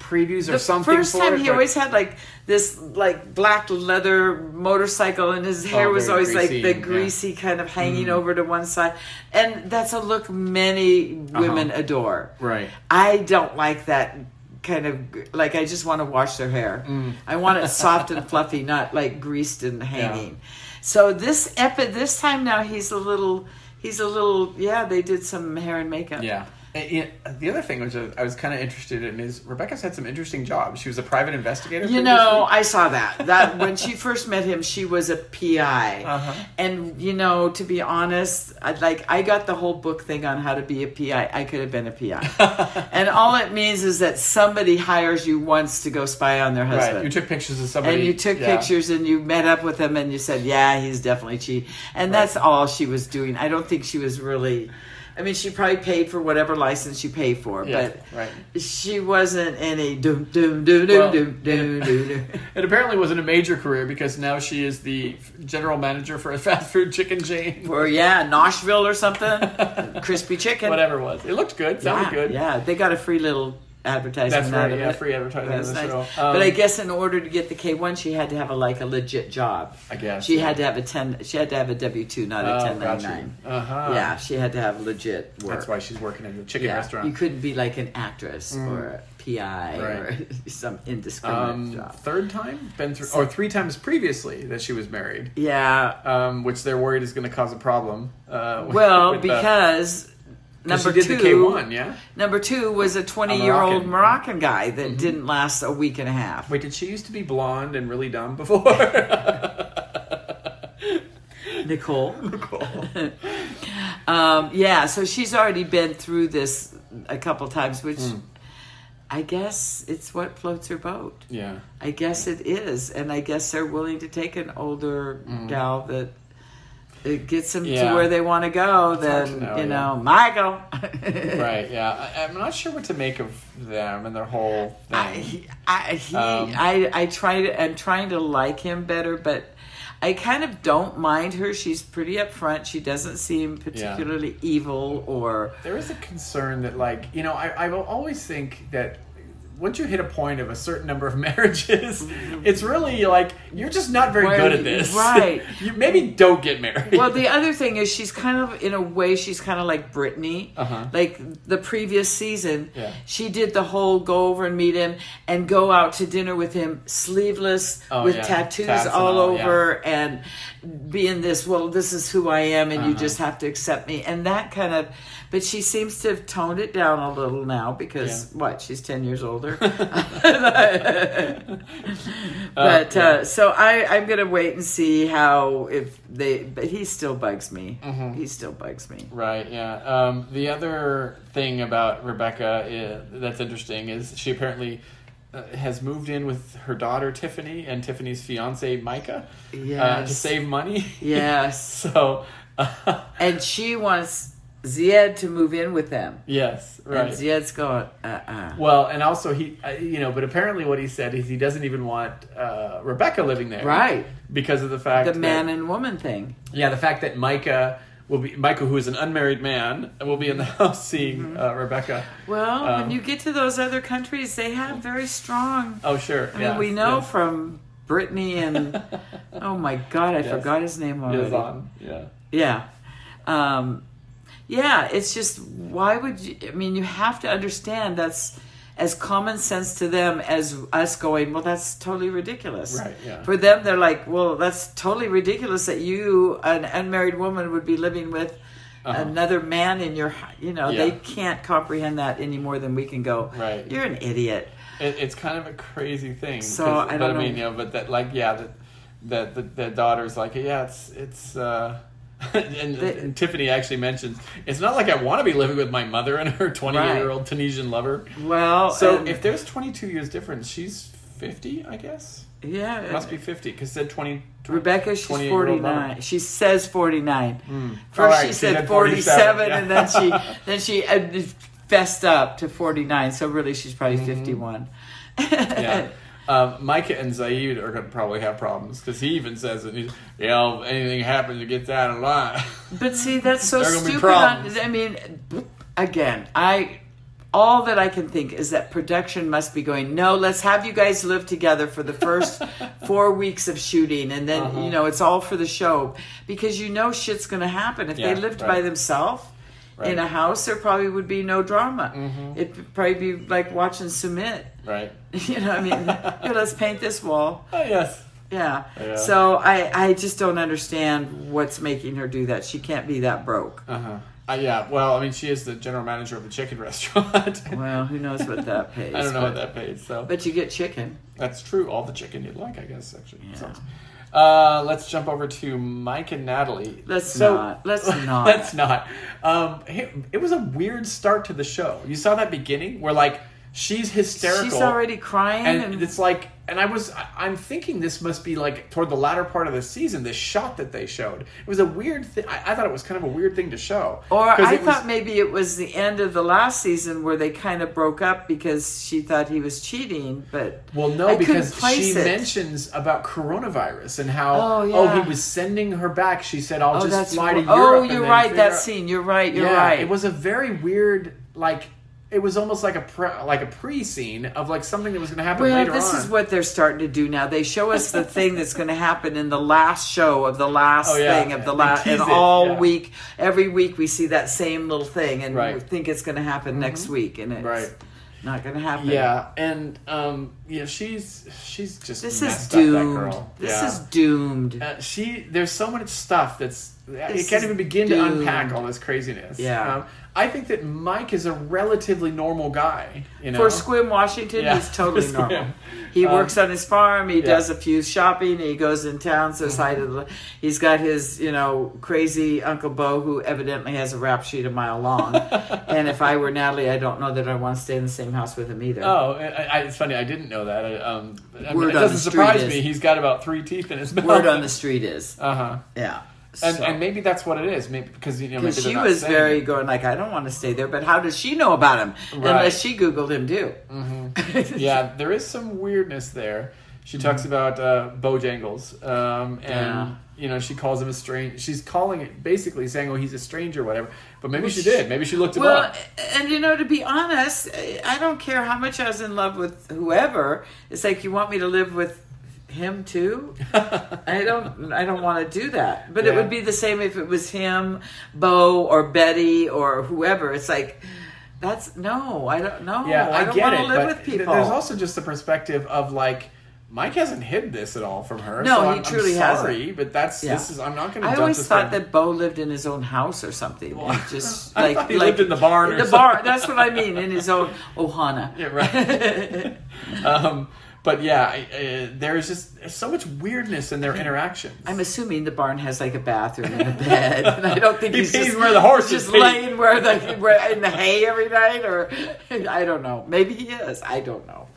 C: previews or
B: the
C: something.
B: first
C: for
B: time
C: it,
B: he
C: but-
B: always had like this like black leather motorcycle and his hair
C: Oh,
B: was
C: very
B: always
C: greasy,
B: like the
C: yeah. Mm-hmm.
B: greasy kind of hanging over to one side and that's a look many women adore
C: Uh-huh. right.
B: i don't like that kind of gr- like i just want to wash their hair
C: Mm.
B: i want it soft and fluffy not like greased and hanging so this epi this time now he's a little he's a little yeah they did some hair and makeup
A: Yeah. And, you know, the other thing which I I was kind of interested in is Rebecca's had some interesting jobs. She was a private investigator. previously.
B: You know, I saw that. That when she first met him, she was a PI,
A: Uh-huh.
B: and you know, to be honest, I, like I got the whole book thing on how to be a PI. I could have been a PI, and all it means is that somebody hires you once to go spy on their husband.
A: right? You took pictures of somebody,
B: and you took
A: yeah.
B: pictures and you met up with him and you said, Yeah, he's definitely cheating. And that's all she was doing. I don't think she was really. I mean, she probably paid for whatever license you pay for,
A: Yeah,
B: but
A: right.
B: she wasn't any doom doom doom doom
A: Well,
B: doom doom doom. doom.
A: It apparently wasn't a major career because now she is the f- general manager for a fast food chicken chain,
B: Or yeah, Nashville or something, crispy chicken,
A: whatever it was. It looked good,
B: Yeah,
A: sounded good.
B: Yeah, they got a free little
A: That's
B: advertisement out
A: right,
B: of
A: yeah,
B: it.
A: free advertising
B: That's
A: on the
B: nice.
A: show. Um,
B: but I guess in order to get the K one, she had to have a like a legit job.
A: I guess,
B: she
A: yeah.
B: had to have a ten. She had to have a W two, not a ten ninety nine.
A: Uh huh.
B: Yeah, she had to have legit work.
A: That's why she's working in the chicken
B: Yeah, you
A: restaurant. Mm.
B: couldn't be like an actress or a
A: Right.
B: PI or some indiscriminate
A: Um,
B: job.
A: third time, been through, or three times previously that she was married,
B: Yeah,
A: um, which they're worried is going to cause a problem. Uh, with-
B: well,
A: with the-
B: because number
A: she did
B: two,
A: the K one, yeah.
B: number two was a twenty-year-old Moroccan. guy that
A: Mm-hmm.
B: didn't last a week and a half.
A: Wait, did she used to be blonde and really dumb before?
B: Nicole. Um, yeah, so she's already been through this a couple times, which
A: Mm.
B: I guess it's what floats her boat.
A: yeah.
B: I guess it is, and I guess they're willing to take an older gal that it gets them
A: Mm. Yeah.
B: to where they want to go.
A: hard to
B: Then
A: know,
B: you
A: yeah.
B: know, Michael.
A: Right, yeah. I, I'm not sure what to make of them and their whole thing.
B: I, he- I, he,
A: Um,
B: I, I try to, I'm trying to like him better, but I kind of don't mind her. She's pretty upfront. She doesn't seem particularly evil or
A: there is a concern that, like, you know, I, I will always think that once you hit a point of a certain number of marriages, it's really like you're just not very
B: Why-
A: good at this.
B: Mm-hmm. right.
A: you maybe don't get married.
B: well, the other thing is she's kind of in a way she's kind of like Brittany.
A: Uh-huh.
B: Like the previous season,
A: Yeah.
B: she did the whole go over and meet him and go out to dinner with him, sleeveless
A: Oh,
B: with
A: yeah.
B: tattoos
A: Tats and
B: all
A: all, yeah.
B: over, and being this. Well, this is who I am, and you
A: Uh-huh.
B: just have to accept me, and that kind of. But she seems to have toned it down a little now because what she's ten years older.
A: Oh,
B: But uh, so I, I'm gonna wait and see how if they. But he still bugs me.
A: Mm-hmm.
B: He still bugs me.
A: Right, yeah. Um, the other thing about Rebecca i that's interesting is she apparently uh, has moved in with her daughter Tiffany and Tiffany's fiance Micah uh, to
B: Yes.
A: save money.
B: Yes,
A: so,
B: and she wants Ziad to move in with them,
A: yes, right.
B: and Ziad's going, uh, uh
A: well, and also he, uh, you know, but apparently what he said is he doesn't even want uh, Rebecca living there.
B: Right.
A: Because of the fact
B: the man
A: that,
B: and woman thing.
A: yeah, the fact that Micah will be, Micah, who is an unmarried man, will be in the house seeing
B: Mm-hmm.
A: uh, Rebecca.
B: Well,
A: Um,
B: when you get to those other countries, they have very strong.
A: Oh, sure.
B: I mean, we know from Brittany and oh my God, I
A: Yes.
B: forgot his name already.
A: Yazan, yeah.
B: Yeah. Um, yeah, it's just why would you? I mean, you have to understand that's as common sense to them as us going. Well, that's totally ridiculous.
A: Right, yeah.
B: For them, they're like, well, that's totally ridiculous that you, an unmarried woman, would be living with. Another man in your, h- you know, they
A: Uh-huh. Yeah.
B: can't comprehend that any more than we can go.
A: Right.
B: You're an idiot.
A: It, it's kind of a crazy thing.
B: So,
A: 'cause-
B: I
A: but,
B: don't
A: I mean,
B: know.
A: you know, but that like yeah, that that the, the daughter's like yeah, it's it's. uh and,
B: The-
A: and Tiffany actually mentions it's not like I want to be living with my mother and her twenty-year-old Tunisian lover.
B: Well,
A: So
B: and-
A: if there's twenty-two years difference, she's fifty, I guess.
B: yeah,
A: It must be fifty because said twenty.
B: Uh, Rebecca, she's
A: 28-year-old mother. Hmm.
B: 49. She says 49.
A: All
B: First
A: right,
B: she
A: she
B: said
A: said
B: 47
A: 47,
B: and then she then she uh, fessed up to 49. So really she's probably 51.
A: Mm-hmm. yeah. Um, Micah and Zaid are going to probably have problems because he even says it. He's, yeah, if anything happens, it gets out of line.
B: But see, that's so
A: There are gonna be
B: stupid. On,
A: problems.
B: I mean, again, I all that I can think is that production must be going. No, let's have you guys live together for the first four weeks of shooting, and then
A: Uh-huh.
B: you know it's all for the show because you know shit's going to happen. If
A: Yeah,
B: they lived
A: right.
B: by themselves. In
A: Right. Mm-hmm.
B: a house, there probably would be no drama. It'd probably be like watching Sumit.
A: right.
B: You know, what I mean, Here, let's paint this wall.
A: Oh, yes.
B: Yeah.
A: Yeah.
B: So I, I just don't understand what's making her do that. She can't be that broke.
A: Uh-huh. Uh, yeah, well, I mean, she is the general manager of the chicken restaurant.
B: Well, who knows what that pays?
A: I don't know
B: but,
A: what that pays, so.
B: But you get chicken.
A: That's true. All the chicken you'd like, I guess, actually. Sounds- Uh, let's jump over to Mike and Natalie.
B: Let's not. Let's not.
A: let's not. Um, it, it was a weird start to the show. You saw that beginning where, like, she's hysterical.
B: She's already crying, and,
A: and it's like and i was I- i'm thinking this must be like toward the latter part of the season this shot that they showed it was a weird thing I, I thought it was kind of a weird thing to show
B: or
A: 'Cause
B: I
A: it was-
B: thought maybe it was the end of the last season where they kind of broke up because she thought he was cheating, but
A: well no
B: I couldn't
A: because she
B: place it.
A: mentions about coronavirus and how
B: Oh, yeah.
A: he was sending her back she said i'll
B: Oh,
A: just
B: that's
A: fly to
B: right.
A: europe
B: oh,
A: and
B: you're
A: then
B: right.
A: figure
B: That
A: out-
B: scene. You're right. You're
A: yeah,
B: right.
A: it was a very weird like it was almost like a pre, like a pre-scene of like something that was going to happen
B: Well,
A: later
B: this
A: on
B: is what they're starting to do now. They show us the thing that's going to happen in the last show of the last
A: Oh, yeah.
B: thing of the
A: They
B: last,
A: tease
B: and
A: it,
B: all
A: yeah.
B: week, every week we see that same little thing, and we
A: Right. Mm-hmm.
B: think it's going to happen next week, and it's
A: Right.
B: not going to happen.
A: yeah, and um, yeah, she's she's just
B: this is
A: messed up, that
B: doomed.
A: girl.
B: This
A: Yeah.
B: is doomed.
A: uh, she there's so much stuff that's you
B: This
A: can't
B: is
A: even begin to
B: doomed.
A: unpack all this craziness.
B: Yeah.
A: um, I think that Mike is a relatively normal guy. You know,
B: For Squim Washington,
A: Yeah.
B: he's totally
A: For Squim.
B: normal. He
A: Um,
B: works on his farm. He does a few shopping. He goes in town. So side
A: Mm-hmm.
B: of the, he's got his you know crazy Uncle Bo who evidently has a rap sheet a mile long. and if I were Natalie, I don't know that I want to stay in the same house with him either.
A: Oh, I, I, it's funny. I didn't know that. I, um, I mean,
B: Word
A: it
B: on
A: doesn't
B: the street
A: surprise
B: is-
A: me. He's got about three teeth in his mouth.
B: Word on the street is
A: Uh huh.
B: yeah.
A: And,
B: So-
A: and maybe that's what it is. Maybe because you know maybe
B: because
A: they're
B: she
A: not
B: was
A: saying
B: very
A: it.
B: going like, I don't want to stay there. But how does she know about him?
A: Right. Mm-hmm.
B: Unless she Googled him too.
A: yeah. There is some weirdness there. She talks about uh, Bojangles, um, and
B: Mm-hmm. Yeah.
A: you know she calls him a strange. She's calling it basically saying, "Oh, he's a stranger," or whatever. But maybe she
B: she-
A: did. Maybe she looked him
B: well,
A: up.
B: and you know, to be honest, I don't care how much I was in love with whoever. It's like you want me to live with him too. I don't. I don't want to do that. But it
A: Yeah.
B: would be the same if it was him, Bo, or Betty, or whoever. It's like that's no. I don't know.
A: Oh, Yeah, I,
B: don't
A: get
B: want
A: it.
B: to live
A: but
B: with
A: th-
B: people.
A: There's also just the perspective of like Mike hasn't hid this at all from her.
B: No,
A: so
B: he
A: I'm,
B: truly
A: I'm sorry, But that's
B: Yeah.
A: this is I'm not going to.
B: I always thought that Bo lived in his own house or something.
A: Well,
B: and just
A: I
B: like
A: thought he
B: like
A: lived in the barn or
B: the barn. That's what I mean. In his own Ohana.
A: Yeah, right. um, but yeah, I- uh, there's just there's so much weirdness in their interactions.
B: I'm assuming the barn has like a bathroom and a bed, and I don't think
A: He
B: he's
A: pees
B: just,
A: where the horses
B: just
A: pee.
B: laying where the where in the hay every night, or I don't know. Maybe he is. I don't know.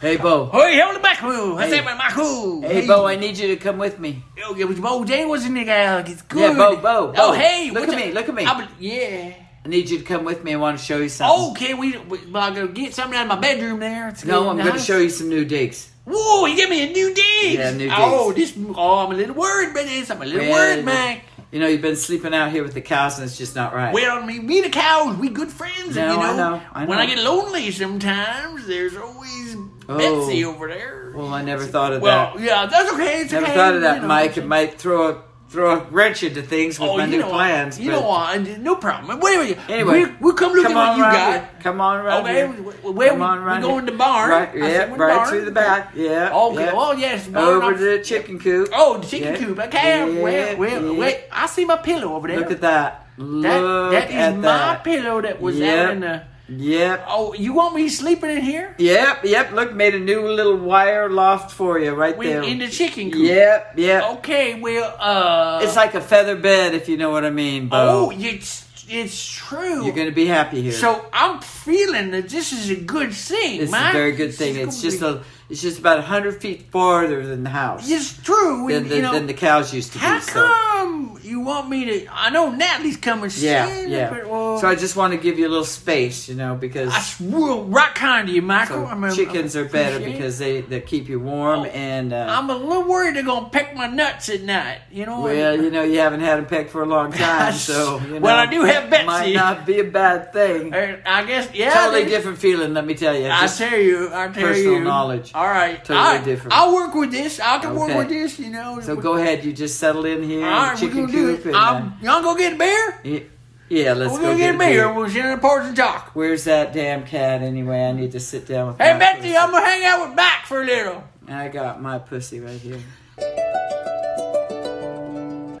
B: Hey Bo.
C: Hey, hold it back, who? I
B: Hey.
C: said, my who?
B: Hey Bo, I need you to come with me.
C: Yo, it was Bo Day was in the guy. It's good.
B: Yeah, Bo, Bo.
C: Oh,
B: Bo.
C: hey,
B: look
C: what
B: at
C: the-
B: me, look at me.
C: I be- yeah.
B: I need you to come with me. I want to show you something.
C: Okay, we, we well, I'm gonna get something out of my bedroom there. It's
B: no,
C: good
B: I'm
C: and
B: going to
C: nice.
B: show you some new digs.
C: Whoa, you gave me a new digs.
B: Yeah, new
C: Oh, this. Oh, I'm a little worried about this. I'm a little
B: Well,
C: worried, man.
B: You know, you've been sleeping out here with the cows, and it's just not right.
C: Well, me, me and the cows, we good friends. and,
B: No,
C: you
B: I
C: know,
B: know, I
C: when
B: know.
C: I get lonely, sometimes there's always
B: Oh.
C: Betsy over there.
B: Well, I never thought of
C: Well,
B: that.
C: yeah, that's okay. It's
B: Never
C: okay,
B: thought of
C: you
B: that,
C: know.
B: Mike. It might throw a throw a wrench into things with
C: Oh,
B: my
C: you
B: new
C: know
B: plans.
C: what? You
B: but-
C: know what? And No problem. Whatever. you-
B: Anyway,
C: we- we'll come look
B: Come
C: at what
B: on
C: you
B: around
C: got.
B: here. Come on around
C: Okay,
B: here.
C: where- where
B: Come
C: we-
B: on
C: we
B: around
C: going
B: here.
C: to barn?
B: Right,
C: I
B: yeah,
C: said, what
B: right
C: barn?
B: through the back. Yeah.
C: Okay.
B: yeah.
C: Oh yes. barn
B: Over
C: up-
B: to the chicken coop.
C: Oh, the chicken
B: Yeah.
C: coop. Okay.
B: Yeah,
C: wait, wait,
B: yeah.
C: wait. I see my pillow over there.
B: Look at that.
C: that.
B: Look
C: That is
B: at
C: my
B: that.
C: pillow that was
B: Yep.
C: out in the.
B: Yep.
C: Oh, you want me sleeping in here?
B: Yep, yep. Look, made a new little wire loft for you right
C: With-
B: there.
C: in the chicken coop. Oh,
B: Yep, yep.
C: Okay. Well, uh.
B: It's like a feather bed, if you know what I mean, Bo.
C: Oh, it's it's true.
B: You're going to be happy here.
C: So I'm feeling that this is a good thing.
B: It's
C: man.
B: a very good
C: This
B: thing.
C: is
B: It's
C: gonna
B: just
C: be-
B: a, it's just about hundred feet farther than the house
C: It's true.
B: than
C: and,
B: the,
C: you know,
B: than the cows used to
C: how
B: be. So
C: come you want me to? I know Natalie's coming
B: yeah,
C: soon.
B: yeah.
C: But, well, Ah,
B: so I just want to give you a little space, you know, because
C: that's real right kind of you, Michael.
B: so
C: I mean, I
B: chickens are better
C: appreciate it.
B: because they, they keep you warm
C: Oh,
B: and uh,
C: I'm a little worried they're gonna peck my nuts at night. You know.
B: well, you know, you haven't had a peck for a long time, so you know,
C: Ah, Well, I do have
B: that Might
C: Betsy.
B: not be a bad thing.
C: I, I guess yeah. Ah,
B: totally
C: they-
B: different feeling, let me tell you.
C: I
B: Just-
C: tell you, I tell
B: personal
C: you,
B: knowledge.
C: All right,
B: Totally
C: I,
B: different.
C: I'll work with this. I can work
B: Okay.
C: with this. You know.
B: so go ahead, you just settle in here, in
C: All
B: the
C: right, we're
B: chicken
C: gonna do
B: coop,
C: it.
B: and uh,
C: I'm, y'all go get a beer.
B: y- yeah, let's
C: We're
B: go
C: gonna get a beer.
B: beer.
C: and We'll sit in the porch and talk.
B: Where's that damn cat anyway? I need to sit down with.
C: Hey,
B: my
C: Betsy,
B: pussy.
C: I'm gonna hang out with Mac for a little.
B: I got my pussy right here.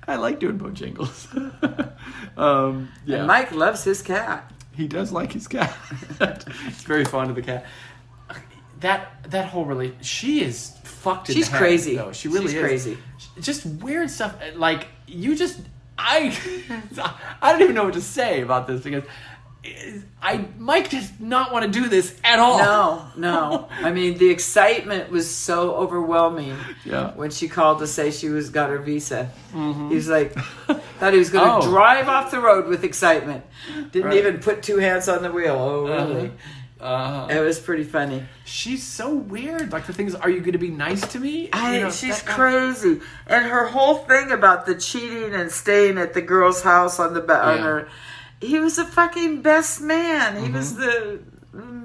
A: I like doing Bojangles. um, yeah,
B: And Mike loves his cat.
A: he does like his cat. He's very fond of the cat. That that whole really, she is fucked. in
B: She's
A: the head,
B: crazy.
A: Though. She really
B: She's
A: is
B: crazy.
A: Just weird stuff. Like you just, I, I don't even know what to say about this because. I Mike does not want to do this at all.
B: No, no. I mean, the excitement was so overwhelming.
A: Yeah. Mm-hmm.
B: When she called to say she was got her visa, he was like, thought he was going to
A: Oh.
B: drive off the road with excitement. Didn't
A: Right.
B: even put two hands on the wheel. Oh, really?
A: Uh,
B: It was pretty funny.
A: she's so weird. Like the things, are you going to be nice to me?
B: I,
A: You know,
B: she's
A: that-
B: crazy, and her whole thing about the cheating and staying at the girl's house on the ba- on
A: Yeah.
B: her. He was the fucking best man. He was the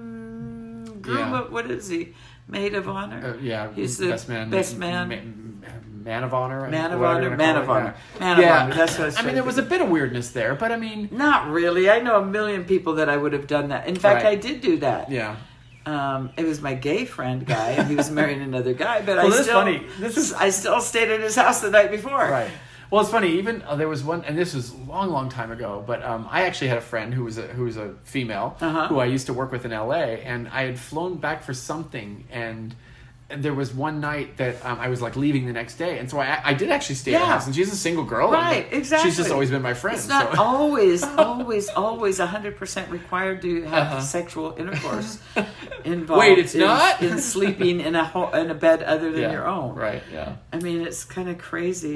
B: mm, groom
A: Mm-hmm. Yeah.
B: of what is he? Maid of honor.
A: Uh, yeah,
B: he's the
A: best man,
B: Best
A: m-
B: man.
A: m- man of honor,
B: Man of
A: whatever
B: honor,
A: you wanna
B: man
A: call it,
B: of honor,
A: yeah.
B: man of
A: Yeah.
B: honor. That's what I was
A: I mean,
B: trying
A: there
B: to
A: was a
B: think.
A: bit of weirdness there, but I mean,
B: Not really. I know a million people that I would have done that. In fact,
A: Right.
B: I did do that.
A: yeah.
B: Um, it was my gay friend guy, and he was marrying another guy. But I
A: Well, this is
B: still,
A: funny. This is-
B: I still stayed at his house the night before.
A: Right. Well, it's funny. Even uh, there was one, and this was a long, long time ago. But um, I actually had a friend who was a who was a female
B: Uh-huh.
A: who I used to work with in L.A. And I had flown back for something, and, and there was one night that um, I was like leaving the next day, and so I I did actually stay at
B: Yeah.
A: her house, and she's a single girl,
B: Right,
A: and
B: exactly.
A: She's just always been my friend.
B: It's not
A: so.
B: always, always, always 100% required to have sexual intercourse involved.
A: Uh-huh. Wait, it's
B: in,
A: not?
B: in sleeping in a ho- in a bed other than
A: Yeah.
B: your own.
A: right? Mm-hmm. Yeah,
B: I mean, it's kind of crazy.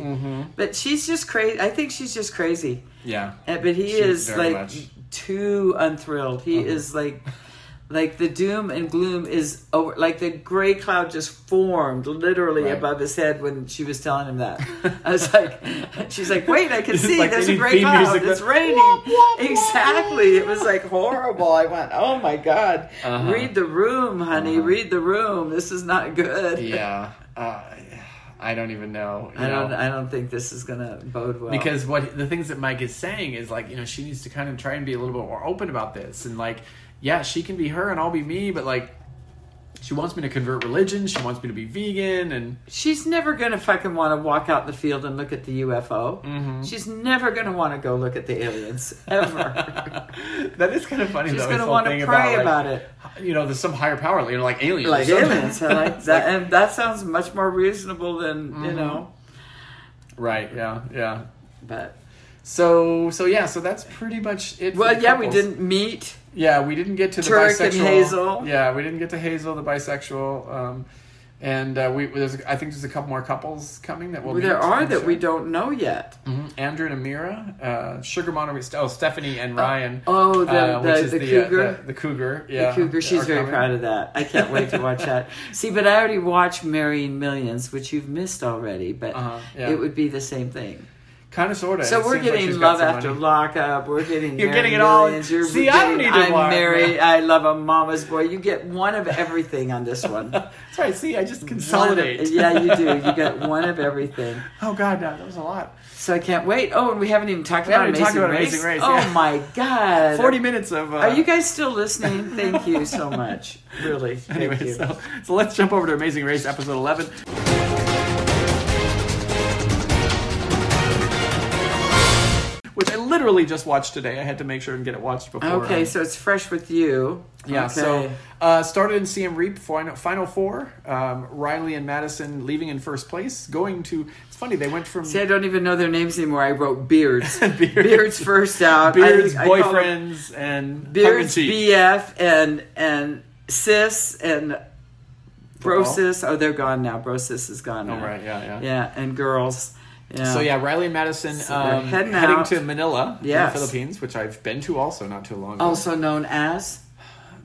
B: But she's just crazy. I think she's just crazy.
A: yeah.
B: Uh, But he
A: She's
B: is
A: very
B: like
A: much- Uh-huh.
B: too unthrilled. He is like. Like the doom and gloom is over, like the gray cloud just formed literally
A: Right.
B: above his head when she was telling him that. I was like, she's like, wait, I can
A: It's
B: see
A: like
B: there's
A: they
B: a
A: need
B: gray
A: theme
B: cloud.
A: music
B: it's
A: that-
B: raining.
A: Womp, womp, womp.
B: exactly. It was like horrible. I went, oh my god,
A: Uh-huh.
B: read the room, honey.
A: Uh-huh.
B: Read the room. This is not good.
A: yeah uh, i don't even know you
B: I don't.
A: know.
B: I don't think this is gonna bode well.
A: because what the things that mike is saying is like you know she needs to kind of try and be a little bit more open about this and like yeah she can be her and i'll be me but like she wants me to convert religion she wants me to be vegan and
B: She's never going to fucking want to walk out in the field and look at the UFO. She's never going to want to go look at the aliens, ever.
A: that is kind of funny
B: She's
A: though
B: gonna
A: this whole
B: wanna
A: thing
B: pray
A: about,
B: about
A: like,
B: it.
A: you know there's some higher power you know like aliens or
B: like
A: something.
B: aliens. I like Mm-hmm.
A: It's
B: that. And that sounds much more reasonable than, you know.
A: right yeah yeah
B: But,
A: so so yeah so that's pretty much it for
B: well,
A: the
B: yeah, we
A: couples.
B: didn't meet.
A: Yeah, we didn't get to the
B: Turk
A: bisexual.
B: and Hazel.
A: Yeah, we didn't get to Hazel, the bisexual. Um, and uh, we there's I think there's a couple more couples coming that we'll.
B: there
A: meet,
B: are
A: I'm
B: that we
A: sure.
B: don't know yet.
A: Mhm. Andrew and Amira, uh, Sugar Mono, oh Stephanie and Ryan.
B: oh, the-
A: uh, which
B: the-
A: is
B: the
A: uh,
B: cougar?
A: the, the cougar.
B: The
A: Yeah,
B: Cougar, she's
A: are
B: very
A: coming.
B: proud of that. I can't wait to watch that. See, but I already watched Marrying Millions, which you've missed already, but
A: Uh-huh, yeah.
B: it would be the same thing.
A: Kind of, sort of.
B: So we're getting love after lockup. We're getting
A: You're
B: Married
A: getting it all.
B: Millions, You're
A: See, I don't
B: getting
A: need to
B: I'm
A: watch.
B: married. I love a mama's boy. You get one of everything on this one. One of-
A: That's right. See, I just consolidate.
B: yeah, you do. You get one of everything.
A: Oh God, no, that was a lot.
B: So I can't wait. Oh, and we haven't even talked
A: We
B: about
A: haven't
B: Amazing
A: even talked about
B: Race.
A: Amazing Race,
B: Oh
A: yeah.
B: my god!
A: Forty minutes of. Uh,
B: Are you guys still listening? Thank you so much. Really. Thank
A: Anyway,
B: you.
A: so, so let's jump over to Amazing Race episode 11. Which I literally just watched today. I had to make sure and get it watched before.
B: okay,
A: um,
B: so it's fresh with you.
A: yeah.
B: Okay.
A: So uh, started in CM Reap final, final four. Um, Riley and Madison leaving in first place, going to. It's funny they went from
B: See, I don't even know their names anymore. I wrote beards.
A: Beards.
B: beards. first out. I
A: beards,
B: think I call them
A: boyfriends, and
B: Beards,
A: tongue in cheek.
B: BF, and and sis and bro
A: Football?
B: sis. Oh, they're gone now. Bro sis is gone.
A: Oh,
B: now.
A: right, yeah, yeah.
B: Yeah, and girls. Yeah.
A: So yeah, Riley and Madison
B: So they're
A: um, heading,
B: heading out.
A: to Manila, in the
B: Yes. Oh,
A: Philippines, which I've been to also not too long ago.
B: Also known as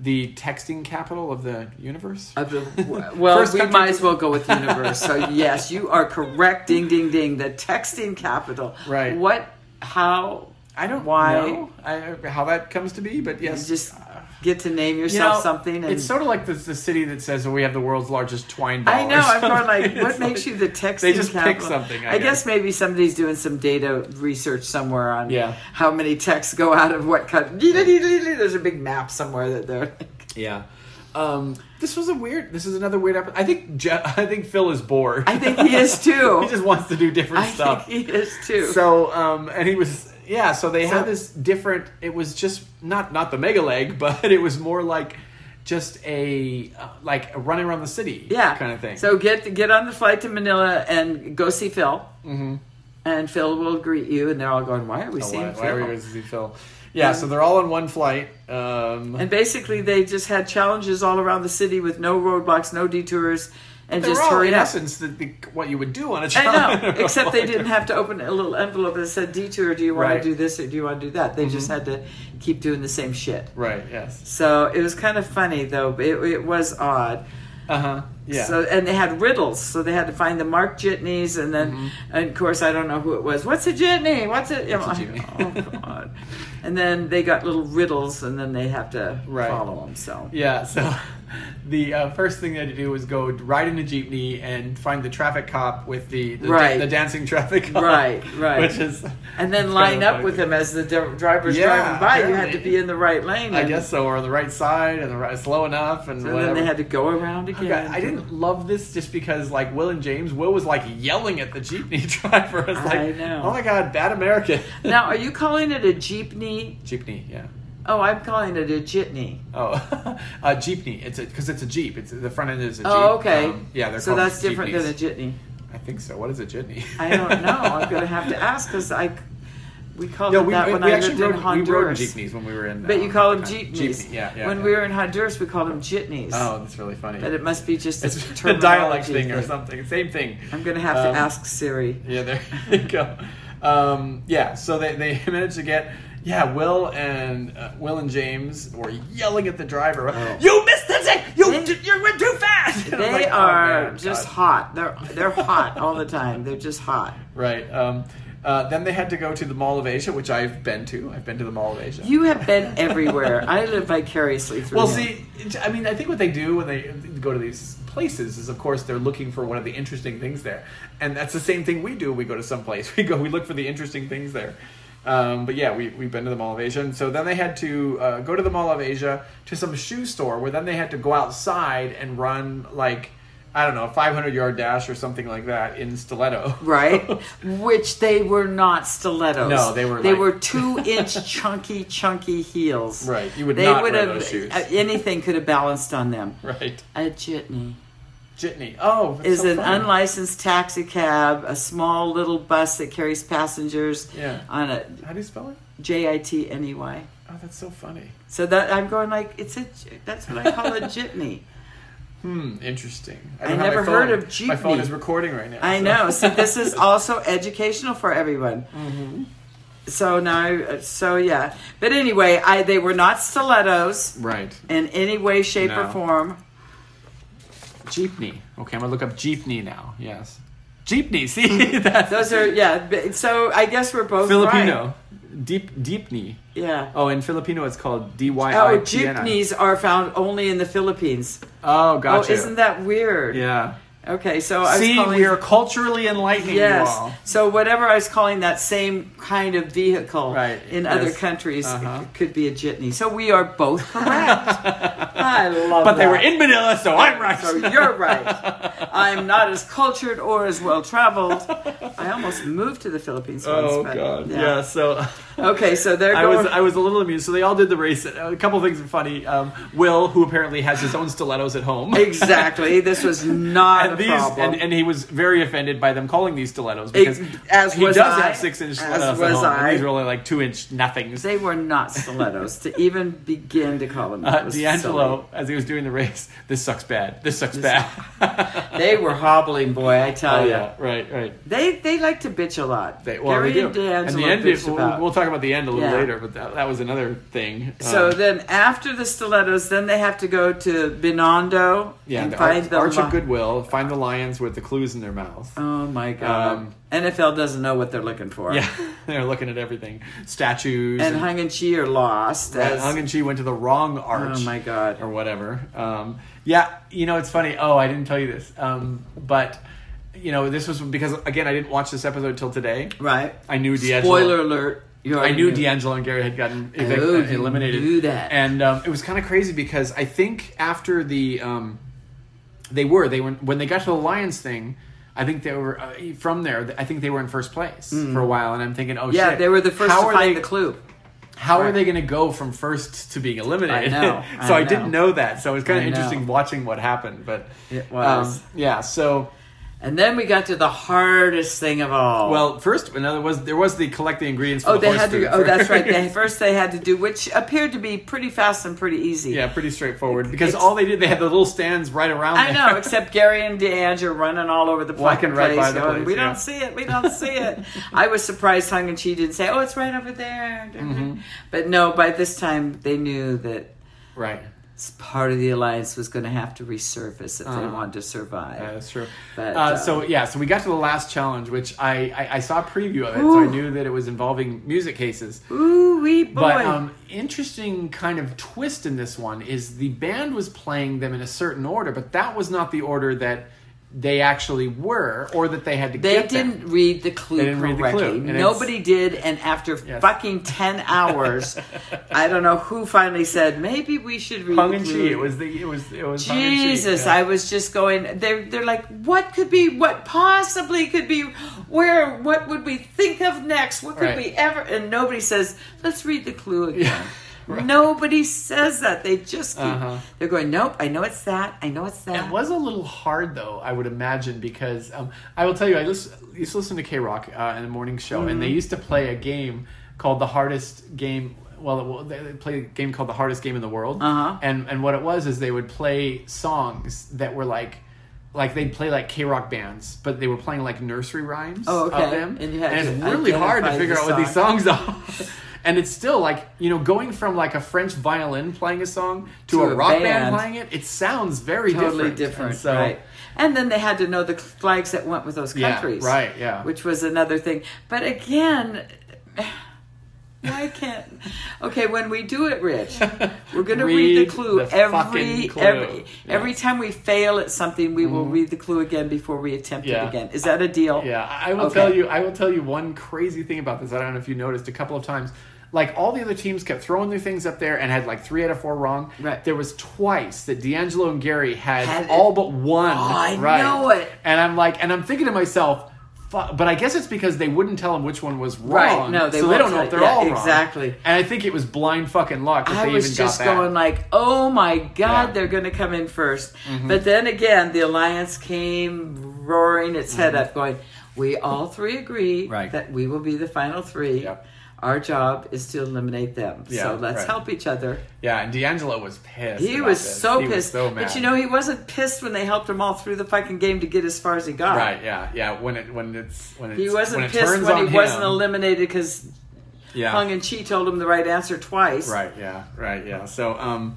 A: the texting capital of the universe.
B: of the well,
A: First
B: we
A: country-
B: might as well go with universe. so yes, you are correct. Ding, ding, ding. The texting capital.
A: Right.
B: What? How?
A: I don't
B: Why?
A: know I, how that comes to be, but
B: You
A: yes,
B: just get to name
A: You
B: yourself
A: know,
B: something. And
A: it's sort of like the, the city that says oh, we have the world's largest twine ball.
B: I know.
A: or
B: I'm going
A: something.
B: like, what
A: It's
B: makes
A: like-
B: you the texting?
A: they just pick
B: capital?
A: something, I
B: I, guess. maybe somebody's doing some data research somewhere on
A: Yeah.
B: how many texts go out of what country. There's a big map somewhere that they're.
A: Yeah. Um, this was a weird. This is another weird. Episode. I think. Je- I think Phil is bored.
B: I think he is too.
A: he just wants to do different
B: Oh. I
A: stuff.
B: think he is too.
A: so um and he was yeah so they had
B: So-
A: this different it was just not not the mega leg but it was more like just a uh, like a running around the city
B: yeah,
A: kind of thing Oh,
B: So get get on the flight to Manila and go see Phil. Mm-hmm. And Phil will greet you, and they're all going, "Why are we
A: Oh,
B: seeing
A: why,
B: Phil?"
A: why are we going to see phil yeah so they're all on one flight um
B: And basically, they just had challenges all around the city with no roadblocks, no detours, and
A: they're
B: just
A: all
B: hurry
A: in
B: up.
A: essence the, the, what you would do on a
B: I
A: challenge
B: know, except they didn't have to open a little envelope that said detour. Do you want
A: Right. Mm-hmm.
B: to do this or do you want to do that? They just had to keep doing the same shit.
A: right yes
B: So it was kind of funny though. but It, it was odd.
A: uh-huh yeah
B: So and they had riddles, so they had to find the marked jitneys, and then and of course I don't know who it was. What's a jitney? What's a,
A: Mm-hmm. a
B: I'm like,
A: jitney?
B: Oh god! And then they got little riddles, and then they have to
A: Right.
B: follow them. So
A: Yeah, so the uh, first thing they had to do was go ride in a jeepney and find the traffic cop with the the,
B: Right.
A: the dancing traffic cop,
B: Right, right.
A: which is
B: and then
A: it's
B: line
A: kind of
B: up
A: a
B: with
A: funny
B: them as the dri- driver's
A: Yeah,
B: driving by. You had to
A: apparently.
B: be in the right lane.
A: thing. I
B: and-
A: guess so, or on the right side and the right, slow enough and
B: So
A: whatever.
B: then they had to go around
A: Okay,
B: again.
A: I didn't love this just because like Will and James, Will was like yelling at the jeepney driver. It's like,
B: I know.
A: oh my god, bad American
B: Now, are you calling it a jeepney?
A: jeepney, yeah.
B: Oh, I'm calling it a jitney.
A: Oh, a jeepney. It's because it's a jeep. It's the front end is a jeep.
B: Oh, okay.
A: Um, yeah, they're
B: so
A: called
B: that's different
A: jeepneys.
B: than a jitney.
A: I think so. What is a jitney?
B: I don't know. I'm gonna have to ask because I we called
A: No,
B: it
A: we,
B: that
A: we,
B: when
A: we
B: I
A: actually rode,
B: lived in
A: we rode in
B: Honduras.
A: jeepneys when we were in.
B: but
A: um,
B: you call them
A: Japan.
B: jeepneys.
A: Jeepney, yeah, yeah.
B: when
A: yeah.
B: we were in Honduras, we called them jitneys.
A: Oh, that's really funny.
B: But it must be just a,
A: it's a
B: terminology
A: dialect thing or
B: thing.
A: something. Same thing.
B: I'm gonna have
A: Um,
B: to ask Siri.
A: Yeah, there you go. Um, yeah, so they, they managed to get. Yeah, Will and uh, Will and James were yelling at the driver.
B: Oh.
A: You missed the thing. You
B: They-
A: d- you went too fast. And I'm
B: They
A: like, oh,
B: are
A: man,
B: just
A: God.
B: hot. They're they're hot all the time. They're just hot.
A: right. Um, uh, then they had to go to the Mall of Asia, which I've been to. I've been to the Mall of Asia.
B: You have been everywhere. I live vicariously through.
A: Well,
B: him.
A: see, it- I mean, I think what they do when they go to these places is, of course, they're looking for one of the interesting things there, and that's the same thing we do. when We go to some place, we go, we look for the interesting things there. Um, but yeah, we we've been to the Mall of Asia, and so then they had to uh, go to the Mall of Asia to some shoe store, where then they had to go outside and run like I don't know, five hundred yard dash or something like that in stiletto.
B: right? Which they were not stilettos.
A: No, they were
B: They
A: like-
B: were two inch chunky, chunky heels.
A: Right, you would not wear those shoes.
B: uh, anything could have balanced on them.
A: right,
B: A jitney
A: jitney. Oh, that's
B: is
A: so
B: an
A: funny.
B: unlicensed taxi cab, a small little bus that carries passengers
A: Yeah.
B: on a
A: How do you spell it?
B: J I T N E Y.
A: Oh, that's so funny.
B: So that I'm going like it's a j- that's what I call a jitney.
A: Hmm, interesting.
B: I
A: don't have
B: never
A: my
B: heard
A: phone.
B: of jeepney.
A: My phone is recording right now.
B: I
A: so-
B: know. So this is also educational for everyone.
A: Mm-hmm.
B: So now, so yeah. But anyway, I they were not stilettos
A: Right.
B: in any way, shape,
A: No.
B: or form.
A: Jeepney. Okay, I'm gonna look up jeepney now. Yes. Jeepney. See, that's
B: Those are yeah. but- So I guess we're both right.
A: Filipino. Deep Deepney.
B: Yeah.
A: Oh, in Filipino, it's called D Y I
B: Oh,
A: P N I.
B: jeepneys are found only in the Philippines.
A: Oh, gotcha.
B: Oh, isn't that weird?
A: yeah.
B: Okay, so I was
A: See,
B: calling,
A: we are culturally enlightening
B: yes.
A: you all.
B: So whatever I was calling that same kind of vehicle
A: Right,
B: in
A: yes.
B: other countries
A: Uh-huh.
B: it could be a jitney. So we are both correct. I love.
A: But they
B: that.
A: were in Manila, so I'm right.
B: So you're right. I'm not as cultured or as well traveled. I almost moved to the Philippines once.
A: Oh
B: but
A: god. Yeah. so
B: Okay, so there
A: I was
B: goes.
A: I was a little amused. So they all did the race. A couple things are funny. Um, Will, who apparently has his own stilettos at home.
B: Exactly. This was not a
A: And these
B: problem.
A: and, and he was very offended by them calling these stilettos because
B: as
A: he
B: was
A: does
B: I,
A: have six inch
B: as
A: stilettos at
B: was
A: home.
B: I.
A: And these are only like two inch nothings.
B: They were not stilettos to even begin to call them.
A: Uh,
B: That was
A: D'Angelo, as he was doing the race, this sucks bad. This sucks bad.
B: silly. They were hobbling, boy. I tell
A: oh
B: you.
A: yeah, right, right.
B: They they like to bitch a lot.
A: They, well,
B: Gary
A: they do.
B: and
A: and
B: D'Angelo
A: the end,
B: bitch
A: we'll,
B: about.
A: we'll talk about the end a little
B: Yeah.
A: later, but that, that was another thing.
B: so
A: Um,
B: then after the stilettos, then they have to go to Binondo
A: yeah,
B: and
A: the
B: find
A: Arch,
B: the
A: Arch
B: li-
A: of Goodwill, find the lions with the clues in their mouth.
B: Oh my god!
A: Um,
B: NFL doesn't know what they're looking for.
A: Yeah, they're looking at everything, statues,
B: and Hung and Chi are lost.
A: Right,
B: as-
A: Hung and Chi went to the wrong arch.
B: Oh my God.
A: Or whatever. Um, yeah, you know it's funny. Oh, I didn't tell you this, um, but you know this was because again I didn't watch this episode till today.
B: right.
A: I knew D'Angelo.
B: Spoiler alert! You
A: I
B: already
A: knew D'Angelo and Gary had gotten evic- uh,
B: Oh, you
A: eliminated.
B: knew that.
A: and um, it was kind of crazy because I think after the um, they were they were when they got to the Lions thing. I think they were uh, from there. I think they were in first place for a while, and I'm thinking, oh
B: Hmm. Yeah,
A: shit,
B: they were the first
A: how
B: to
A: are
B: find
A: they-
B: the clue.
A: how are
B: Right.
A: they going to go from first to being eliminated?
B: I know,
A: so I,
B: I
A: didn't
B: know.
A: know that. So it was kind
B: I
A: of
B: know.
A: interesting watching what happened. But um,
B: It was.
A: yeah. So
B: And then we got to the hardest thing of all.
A: well, first another was there was the collect the ingredients. For
B: oh,
A: the
B: they
A: horse
B: had to.
A: food
B: Oh, that's
A: first.
B: right. They, first, they had to do, which appeared to be pretty fast and pretty easy.
A: yeah, pretty straightforward because
B: It's-
A: all they did they had the little stands right around. there.
B: I know, except Gary and D'Ange are running all over the
A: Walking
B: fucking
A: right
B: place,
A: by the
B: going,
A: place,
B: "We
A: yeah.
B: don't see it, we don't see it." I was surprised Hung and Chi didn't say, "Oh, it's right over there."
A: Mm-hmm.
B: But no, by this time they knew that
A: right.
B: s- part of the alliance was going to have to resurface if they
A: Uh-huh.
B: wanted to survive.
A: Yeah, that's true.
B: But,
A: uh,
B: uh,
A: so yeah, so we got to the last challenge, which I I, I saw a preview of it, so I
B: Ooh.
A: knew that it was involving music cases.
B: Ooh wee boy!
A: But um, interesting kind of twist in this one is the band was playing them in a certain order, but that was not the order that they actually were, or that they had to
B: they
A: get them.
B: didn't read the clue
A: They didn't read the clue,
B: correctly.
A: and it's-
B: Nobody did, and after
A: Yes.
B: fucking ten hours, I don't know who finally said maybe we should read
A: Hung
B: the
A: and
B: clue.
A: chi. It was the it was it was. Hung and Chi,
B: Jesus,
A: yeah.
B: I was just going. They're they're like, what could be? What possibly could be? Where? What would we think of next? What could
A: Right.
B: we ever? And nobody says. Let's read the clue again.
A: Yeah, right.
B: Nobody says that. They just keep.
A: Uh-huh.
B: They're going. Nope. I know it's that. I know it's that.
A: It was a little hard, though. I would imagine because um, I will tell you, I lis- used to listen to K Rock uh, in the morning show, and
B: Mm-hmm.
A: they used to play a game called the hardest game. Well, it- well, they they play a game called the hardest game in the world,
B: Uh-huh.
A: and and what it was is they would play songs that were like. Like they'd play like K rock bands, but they were playing like nursery rhymes
B: Oh,
A: of
B: okay.
A: them,
B: And you had
A: it's
B: to
A: really hard to
B: identify
A: figure
B: the
A: out what these songs are. and it's still like you know going from like a French violin playing a song to,
B: To
A: a,
B: a
A: rock band.
B: band.
A: playing it. It sounds very
B: totally different,
A: and so,
B: right? And then they had to know the flags that went with those
A: Yeah,
B: countries,
A: right, yeah.
B: which was another thing. But again, why can't? Okay, when we do it, Rich, we're going to read,
A: Read
B: the clue
A: the
B: every
A: fucking clue.
B: every
A: Yeah. Mm-hmm.
B: every time we fail at something, we will read the clue again before we attempt
A: Yeah.
B: it again. Is that a deal?
A: Yeah, I I will
B: Okay.
A: tell you. I will tell you one crazy thing about this. I don't know if you noticed a couple of times. Like all the other teams kept throwing their things up there and had like three out of four wrong.
B: Right.
A: There was twice that D'Angelo and Gary had,
B: Had it.
A: all but one.
B: Oh, I
A: right.
B: know it.
A: And I'm like, and I'm thinking to myself, "Fu- but I guess it's because they wouldn't tell them which one was wrong.
B: Right, no, they
A: so they
B: won't
A: don't know
B: tell
A: if
B: you.
A: they're
B: Yeah,
A: all wrong.
B: exactly.
A: And I think it was blind fucking luck. That
B: I
A: they
B: was
A: even
B: just
A: got that.
B: going like, oh my god,
A: Yeah. Mm-hmm.
B: they're going to come in 1st But then again, the alliance came roaring its head up, going, "We all three agree
A: Mm-hmm. Right.
B: that we will be the final three.
A: Yep.
B: Our job is to eliminate them.
A: Yeah,
B: so let's
A: right.
B: help each other."
A: Yeah, and D'Angelo was pissed.
B: He
A: about
B: was
A: this.
B: so
A: He
B: pissed,
A: so mad.
B: but you know he wasn't pissed when they helped him all through the fucking game to get as far as he got.
A: Right. Yeah. Yeah. When it when it's when it's,
B: He wasn't
A: when it
B: pissed
A: turns
B: when he
A: on
B: wasn't
A: him.
B: eliminated because
A: yeah.
B: Hung and Chi told him the right answer twice.
A: Right. Yeah. Right. Yeah. So um,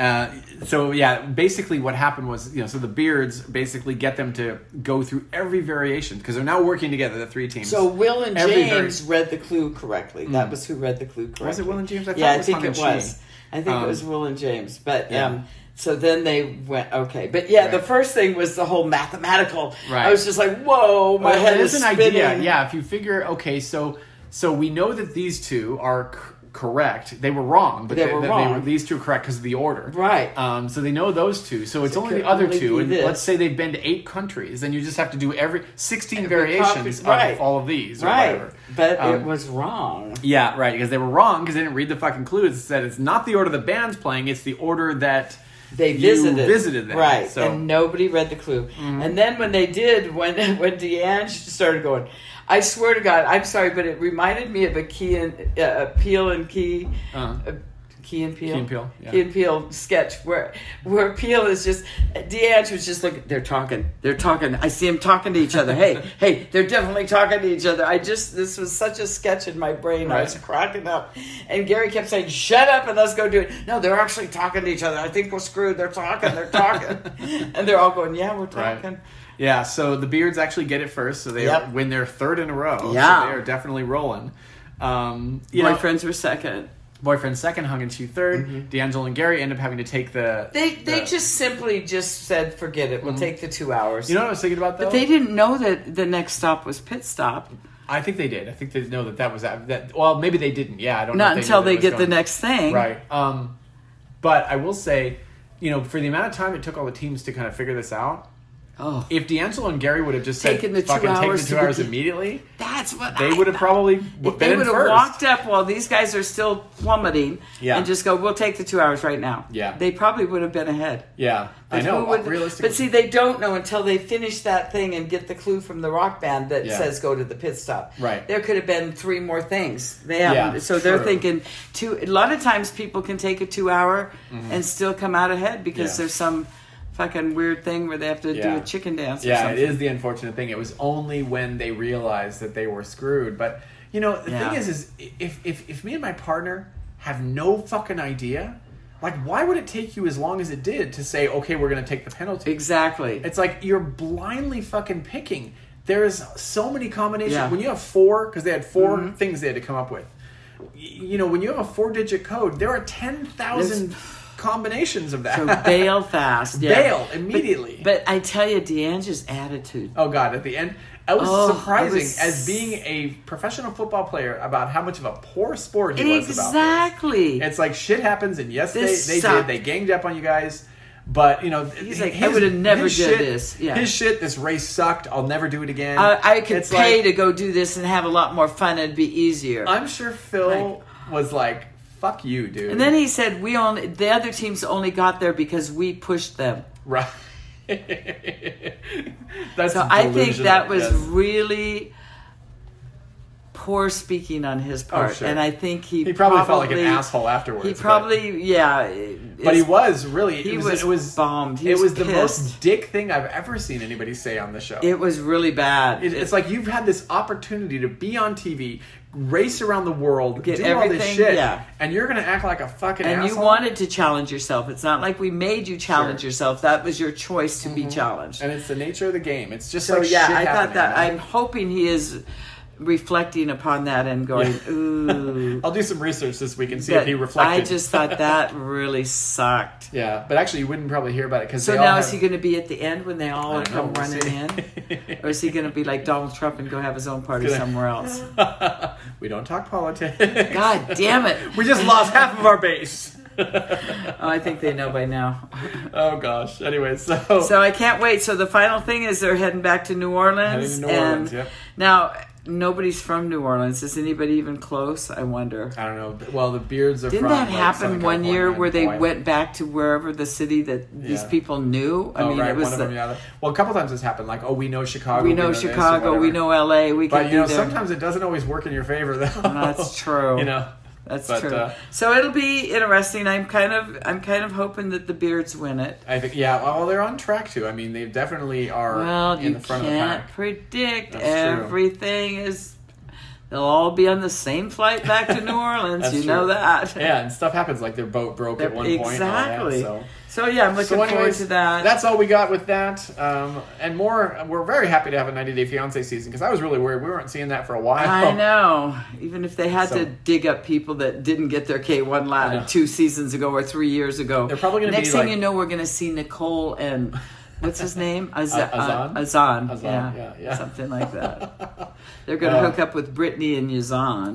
A: Uh, so yeah, basically what happened was you know so the beards basically get them to go through every variation because they're now working together the three teams.
B: So Will and
A: Every very-
B: James read the clue correctly. That was who read the clue correctly.
A: Will and James? I thought
B: yeah,
A: it was
B: I think
A: Hung
B: it
A: and
B: was.
A: Chi.
B: I think
A: Um,
B: it was Will and James. But
A: yeah.
B: um, so then they went okay. But yeah, the
A: Right.
B: first thing was the whole mathematical.
A: Right.
B: I was just like, whoa, my
A: Well,
B: head
A: it
B: is
A: is an
B: spinning.
A: idea. Yeah, if you figure, okay, so so we know that these two are c- correct. They were wrong, but
B: They
A: they,
B: were
A: that They were,
B: wrong.
A: these two are correct because of the order.
B: Right.
A: Um, so they know those two. So it's
B: So
A: only
B: could
A: the other
B: only
A: two.
B: be
A: And
B: this.
A: let's say they've been to eight countries, then you just have to do every sixteen variations
B: copy- right.
A: of all of these, or
B: Right.
A: whatever.
B: But
A: Um,
B: it was wrong.
A: Yeah, right. Because they were wrong because they didn't read the fucking clues. It said it's not the order the band's playing; it's the order that
B: They
A: you
B: visited.
A: visited them.
B: Right.
A: So Mm-hmm.
B: And nobody read the clue. And then when they did, when when Deanne started going, I swear to God, I'm sorry, but it reminded me of a Key and uh, a Peel and Key.
A: Uh-huh.
B: a Key and Peel,
A: Key and Peele, yeah.
B: Key and Peele sketch where where Peel is just Deange was just like they're talking, they're talking. I see them talking to each other. Hey, hey, they're definitely talking to each other. I just this was such a sketch in my brain. I was
A: Right.
B: cracking up, and Gary kept saying, "Shut up and let's go do it." No, they're actually talking to each other. I think we're screwed. They're talking. They're talking, and they're all going, "Yeah, we're
A: Right.
B: talking."
A: Yeah, so the Beards actually get it first, so they
B: Yep.
A: are, win their third in a row.
B: Yeah.
A: so they are definitely rolling. Um, you
B: My
A: know,
B: friends were second.
A: boyfriend second, hung and she 3rd
B: Mm-hmm.
A: D'Angelo and Gary end up having to take the.
B: They they
A: the-
B: just simply just said, "Forget it. We'll take the two hours."
A: You know what I was thinking about though?
B: but Mm-hmm. they didn't know that the next stop was pit stop.
A: I think they did. I think they know that that was that. that well, maybe they didn't. Yeah, I don't. know
B: Not
A: if
B: until
A: knew that
B: they
A: it was
B: get the
A: going-
B: next thing.
A: Right. Um, but I will say, you know, for the amount of time it took all the teams to kind of figure this out,
B: Oh,
A: if D'Angelo and Gary would have just
B: Taken the
A: said,
B: two
A: "Fucking take
B: hours
A: the
B: to
A: two
B: the
A: hours
B: be-
A: immediately,"
B: that's what
A: they
B: I
A: would have
B: thought.
A: probably
B: If
A: been
B: they
A: in
B: would have
A: first.
B: walked up while these guys are still plummeting
A: Yeah.
B: and just go, we'll take the two hours right now.
A: Yeah.
B: They probably would have been ahead.
A: Yeah, I
B: But
A: know.
B: who would-
A: realistically,
B: But see, they don't know until they finish that thing and get the clue from the rock band that
A: Yeah.
B: says go to the pit stop.
A: Right.
B: There could have been three more things. They
A: Yeah,
B: haven't. so they're
A: true.
B: thinking two. A lot of times people can take a two hour and still come out ahead because
A: Mm-hmm. Yeah.
B: there's some fucking weird thing where they have to
A: Yeah.
B: do a chicken dance. or
A: Yeah,
B: something.
A: it is the unfortunate thing. It was only when they realized that they were screwed. But you know, the
B: Yeah.
A: thing is, is if if if me and my partner have no fucking idea, like why would it take you as long as it did to say, okay, we're gonna take the penalty?
B: Exactly.
A: It's like you're blindly fucking picking. There is so many combinations.
B: Yeah. Mm-hmm.
A: When you have four, because they had 4 things they had to come up with. Y- You know, when you have a four-digit code, there are ten thousand combinations of that.
B: So bail fast. Yeah.
A: Bail immediately.
B: But I tell you, DeAnge's attitude.
A: Oh God! At the end, I was
B: Oh,
A: surprising
B: I was-
A: as being a professional football player about how much of a poor sport he was about. this.
B: exactly.
A: It's like shit happens, and yes,
B: This
A: they, they did.
B: sucked.
A: They ganged up on you guys, but you know,
B: He's like, "I would've never did this." Yeah.
A: his shit. This race sucked. I'll never do it again.
B: I, I could
A: It's
B: pay
A: like-
B: to go do this and have a lot more fun. It'd be easier.
A: I'm sure Phil was like, "Fuck you, dude."
B: and then he said, "We only the other teams only got there because we pushed them."
A: right. That's
B: So I think
A: delusional,
B: that was
A: yes.
B: really poor speaking on his part,
A: Oh, sure.
B: and I think he
A: He probably felt like an
B: probably-
A: asshole afterwards,
B: He
A: but-
B: probably yeah,
A: But he
B: it's-
A: was really.
B: he
A: it was,
B: was
A: it was
B: bummed. He
A: it
B: was
A: was the
B: pissed.
A: most dick thing I've ever seen anybody say on the show.
B: It was really bad.
A: It- it's like you've had this opportunity to be on TV, race around the world,
B: Get
A: do all this
B: everything,
A: shit,
B: yeah.
A: and you're gonna act like a fucking
B: and
A: asshole.
B: you wanted to challenge yourself. It's not like we made you challenge
A: Sure. Mm-hmm.
B: yourself. That was your choice to be challenged.
A: and it's the nature of the game. It's just
B: so
A: like
B: yeah,
A: shit
B: I thought
A: happening,
B: that.
A: man.
B: I'm hoping he is reflecting upon that and going, ooh.
A: I'll do some research this week and see if
B: that-
A: he reflected.
B: I just thought that really sucked.
A: yeah, but actually, you wouldn't probably hear about it because
B: So now is he going to be at the end when they all
A: I don't know,
B: come
A: we'll
B: running
A: see.
B: in, or is he going to be like Donald Trump and go have his own party
A: Gonna-
B: somewhere else?
A: gonna? we don't talk politics.
B: God damn it!
A: we just lost half of our base.
B: Oh, I think they know by now.
A: oh gosh. Anyway, so
B: So I can't wait. So the final thing is they're heading back to New Orleans.
A: Heading to New
B: and
A: Orleans, yep.
B: Now nobody's from New Orleans. Is anybody even close? I wonder.
A: I don't know. Well, the beards are.
B: Didn't
A: from,
B: that
A: like,
B: happen
A: Southern
B: one
A: California
B: year
A: and
B: where they
A: Hawaii.
B: went back to wherever the city that these
A: Yeah.
B: people knew? I
A: oh,
B: mean,
A: right,
B: it was
A: one
B: the-
A: of them, yeah. Well, a couple times it's happened. Like, oh, we know Chicago.
B: we know
A: this, or
B: Chicago, we
A: whatever.
B: know L.A. We
A: But
B: can
A: you know,
B: do them.
A: sometimes it doesn't always work in your favor, though.
B: That's true.
A: you know,
B: That's
A: but,
B: true.
A: uh,
B: so it'll be interesting. I'm kind of I'm kind of hoping that the Beards win it.
A: I think yeah. Well, they're on track too. I mean, they definitely are
B: Well,
A: in
B: you
A: the front of the
B: can't
A: pack.
B: predict
A: That's true.
B: everything is They'll all be on the same flight back to New Orleans.
A: That's
B: you
A: true.
B: know that.
A: Yeah, and stuff happens like their boat broke at one point. and all that,
B: exactly.
A: so.
B: so. yeah, I'm looking
A: So
B: forward
A: anyways,
B: to that.
A: That's all we got with that, um, and more. We're very happy to have a 90 Day Fiance season because I was really worried we weren't seeing that for a while.
B: I know. Even if they had
A: So-
B: to dig up people that didn't get their K one
A: know.
B: ladder two seasons ago or three years ago,
A: They're probably gonna
B: Next
A: be
B: thing
A: like-
B: you know, we're going to see Nicole and what's his name, Az-
A: Uh, Azan?
B: Azan,
A: Azan,
B: yeah.
A: yeah, yeah.
B: something like that. They're going to
A: Uh,
B: hook up with Brittany and Yazan,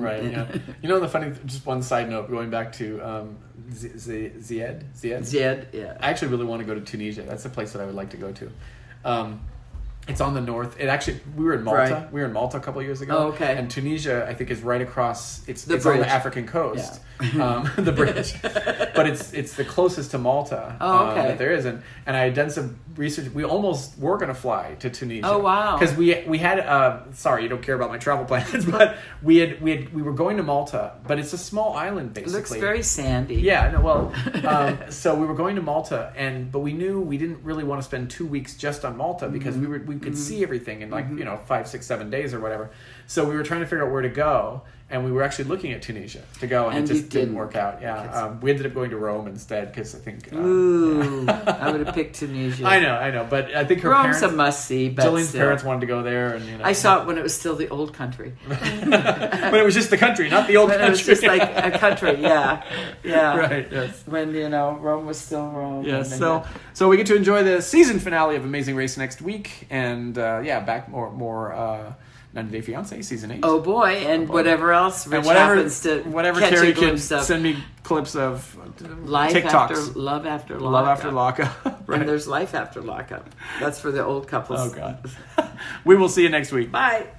A: Right.
B: And-
A: Yeah. you know the funny, just one side note. Going back to um, Z- Z- Zied, Zied.
B: Zed, yeah.
A: I actually really want to go to Tunisia. That's the place that I would like to go to. Um, it's on the north. It actually we were in Malta.
B: Right.
A: We were in Malta a couple years ago.
B: Oh, okay.
A: And Tunisia, I think, is right across. It's,
B: The
A: it's on the
B: bridge.
A: African coast. Um, the bridge, but it's it's the closest to Malta
B: Oh,
A: um,
B: okay.
A: that there is. And and I had done some research. We almost were going to fly to Tunisia.
B: Oh, wow.
A: Because we we had uh, sorry, you don't care about my travel plans, but we had we had we were going to Malta, but it's a small island
B: It
A: basically.
B: looks very sandy.
A: Yeah, no, well, um, so we were going to Malta, and but we knew we didn't really want to spend two weeks just on Malta because
B: Mm-hmm.
A: we were we could see everything in like you know five, six, seven days or whatever. So we were trying to figure out where to go, and we were actually looking at Tunisia to go, and,
B: And
A: it
B: you
A: just didn't,
B: didn't.
A: work out. Yeah, um, we ended up going to Rome instead because I think. uh,
B: Ooh, I would have picked Tunisia.
A: I know, I know, but I think her
B: Rome's a
A: parents,
B: must see, but
A: Jillian's
B: still.
A: parents wanted to go there, and you know,
B: I saw it when it was still the old country.
A: but it was just the country, not the old
B: When it
A: country.
B: was just like uh, a country, yeah, yeah.
A: right. Yes.
B: When you know Rome was still Rome.
A: Yeah,
B: and then-
A: so so we get to enjoy the season finale of Amazing Race next week, and uh, yeah, back more more uh, 90 Day Fiance season eight.
B: oh boy, and whatever else Rich
A: and whatever
B: happens to
A: whatever
B: catch
A: Carrie
B: a
A: can
B: glimpse of.
A: send me clips of uh,
B: life
A: TikToks,
B: after love after lockup.
A: love after lockup.
B: And
A: right.
B: there's life after lockup. That's for the old couples.
A: Oh God, we will see you next week.
B: Bye.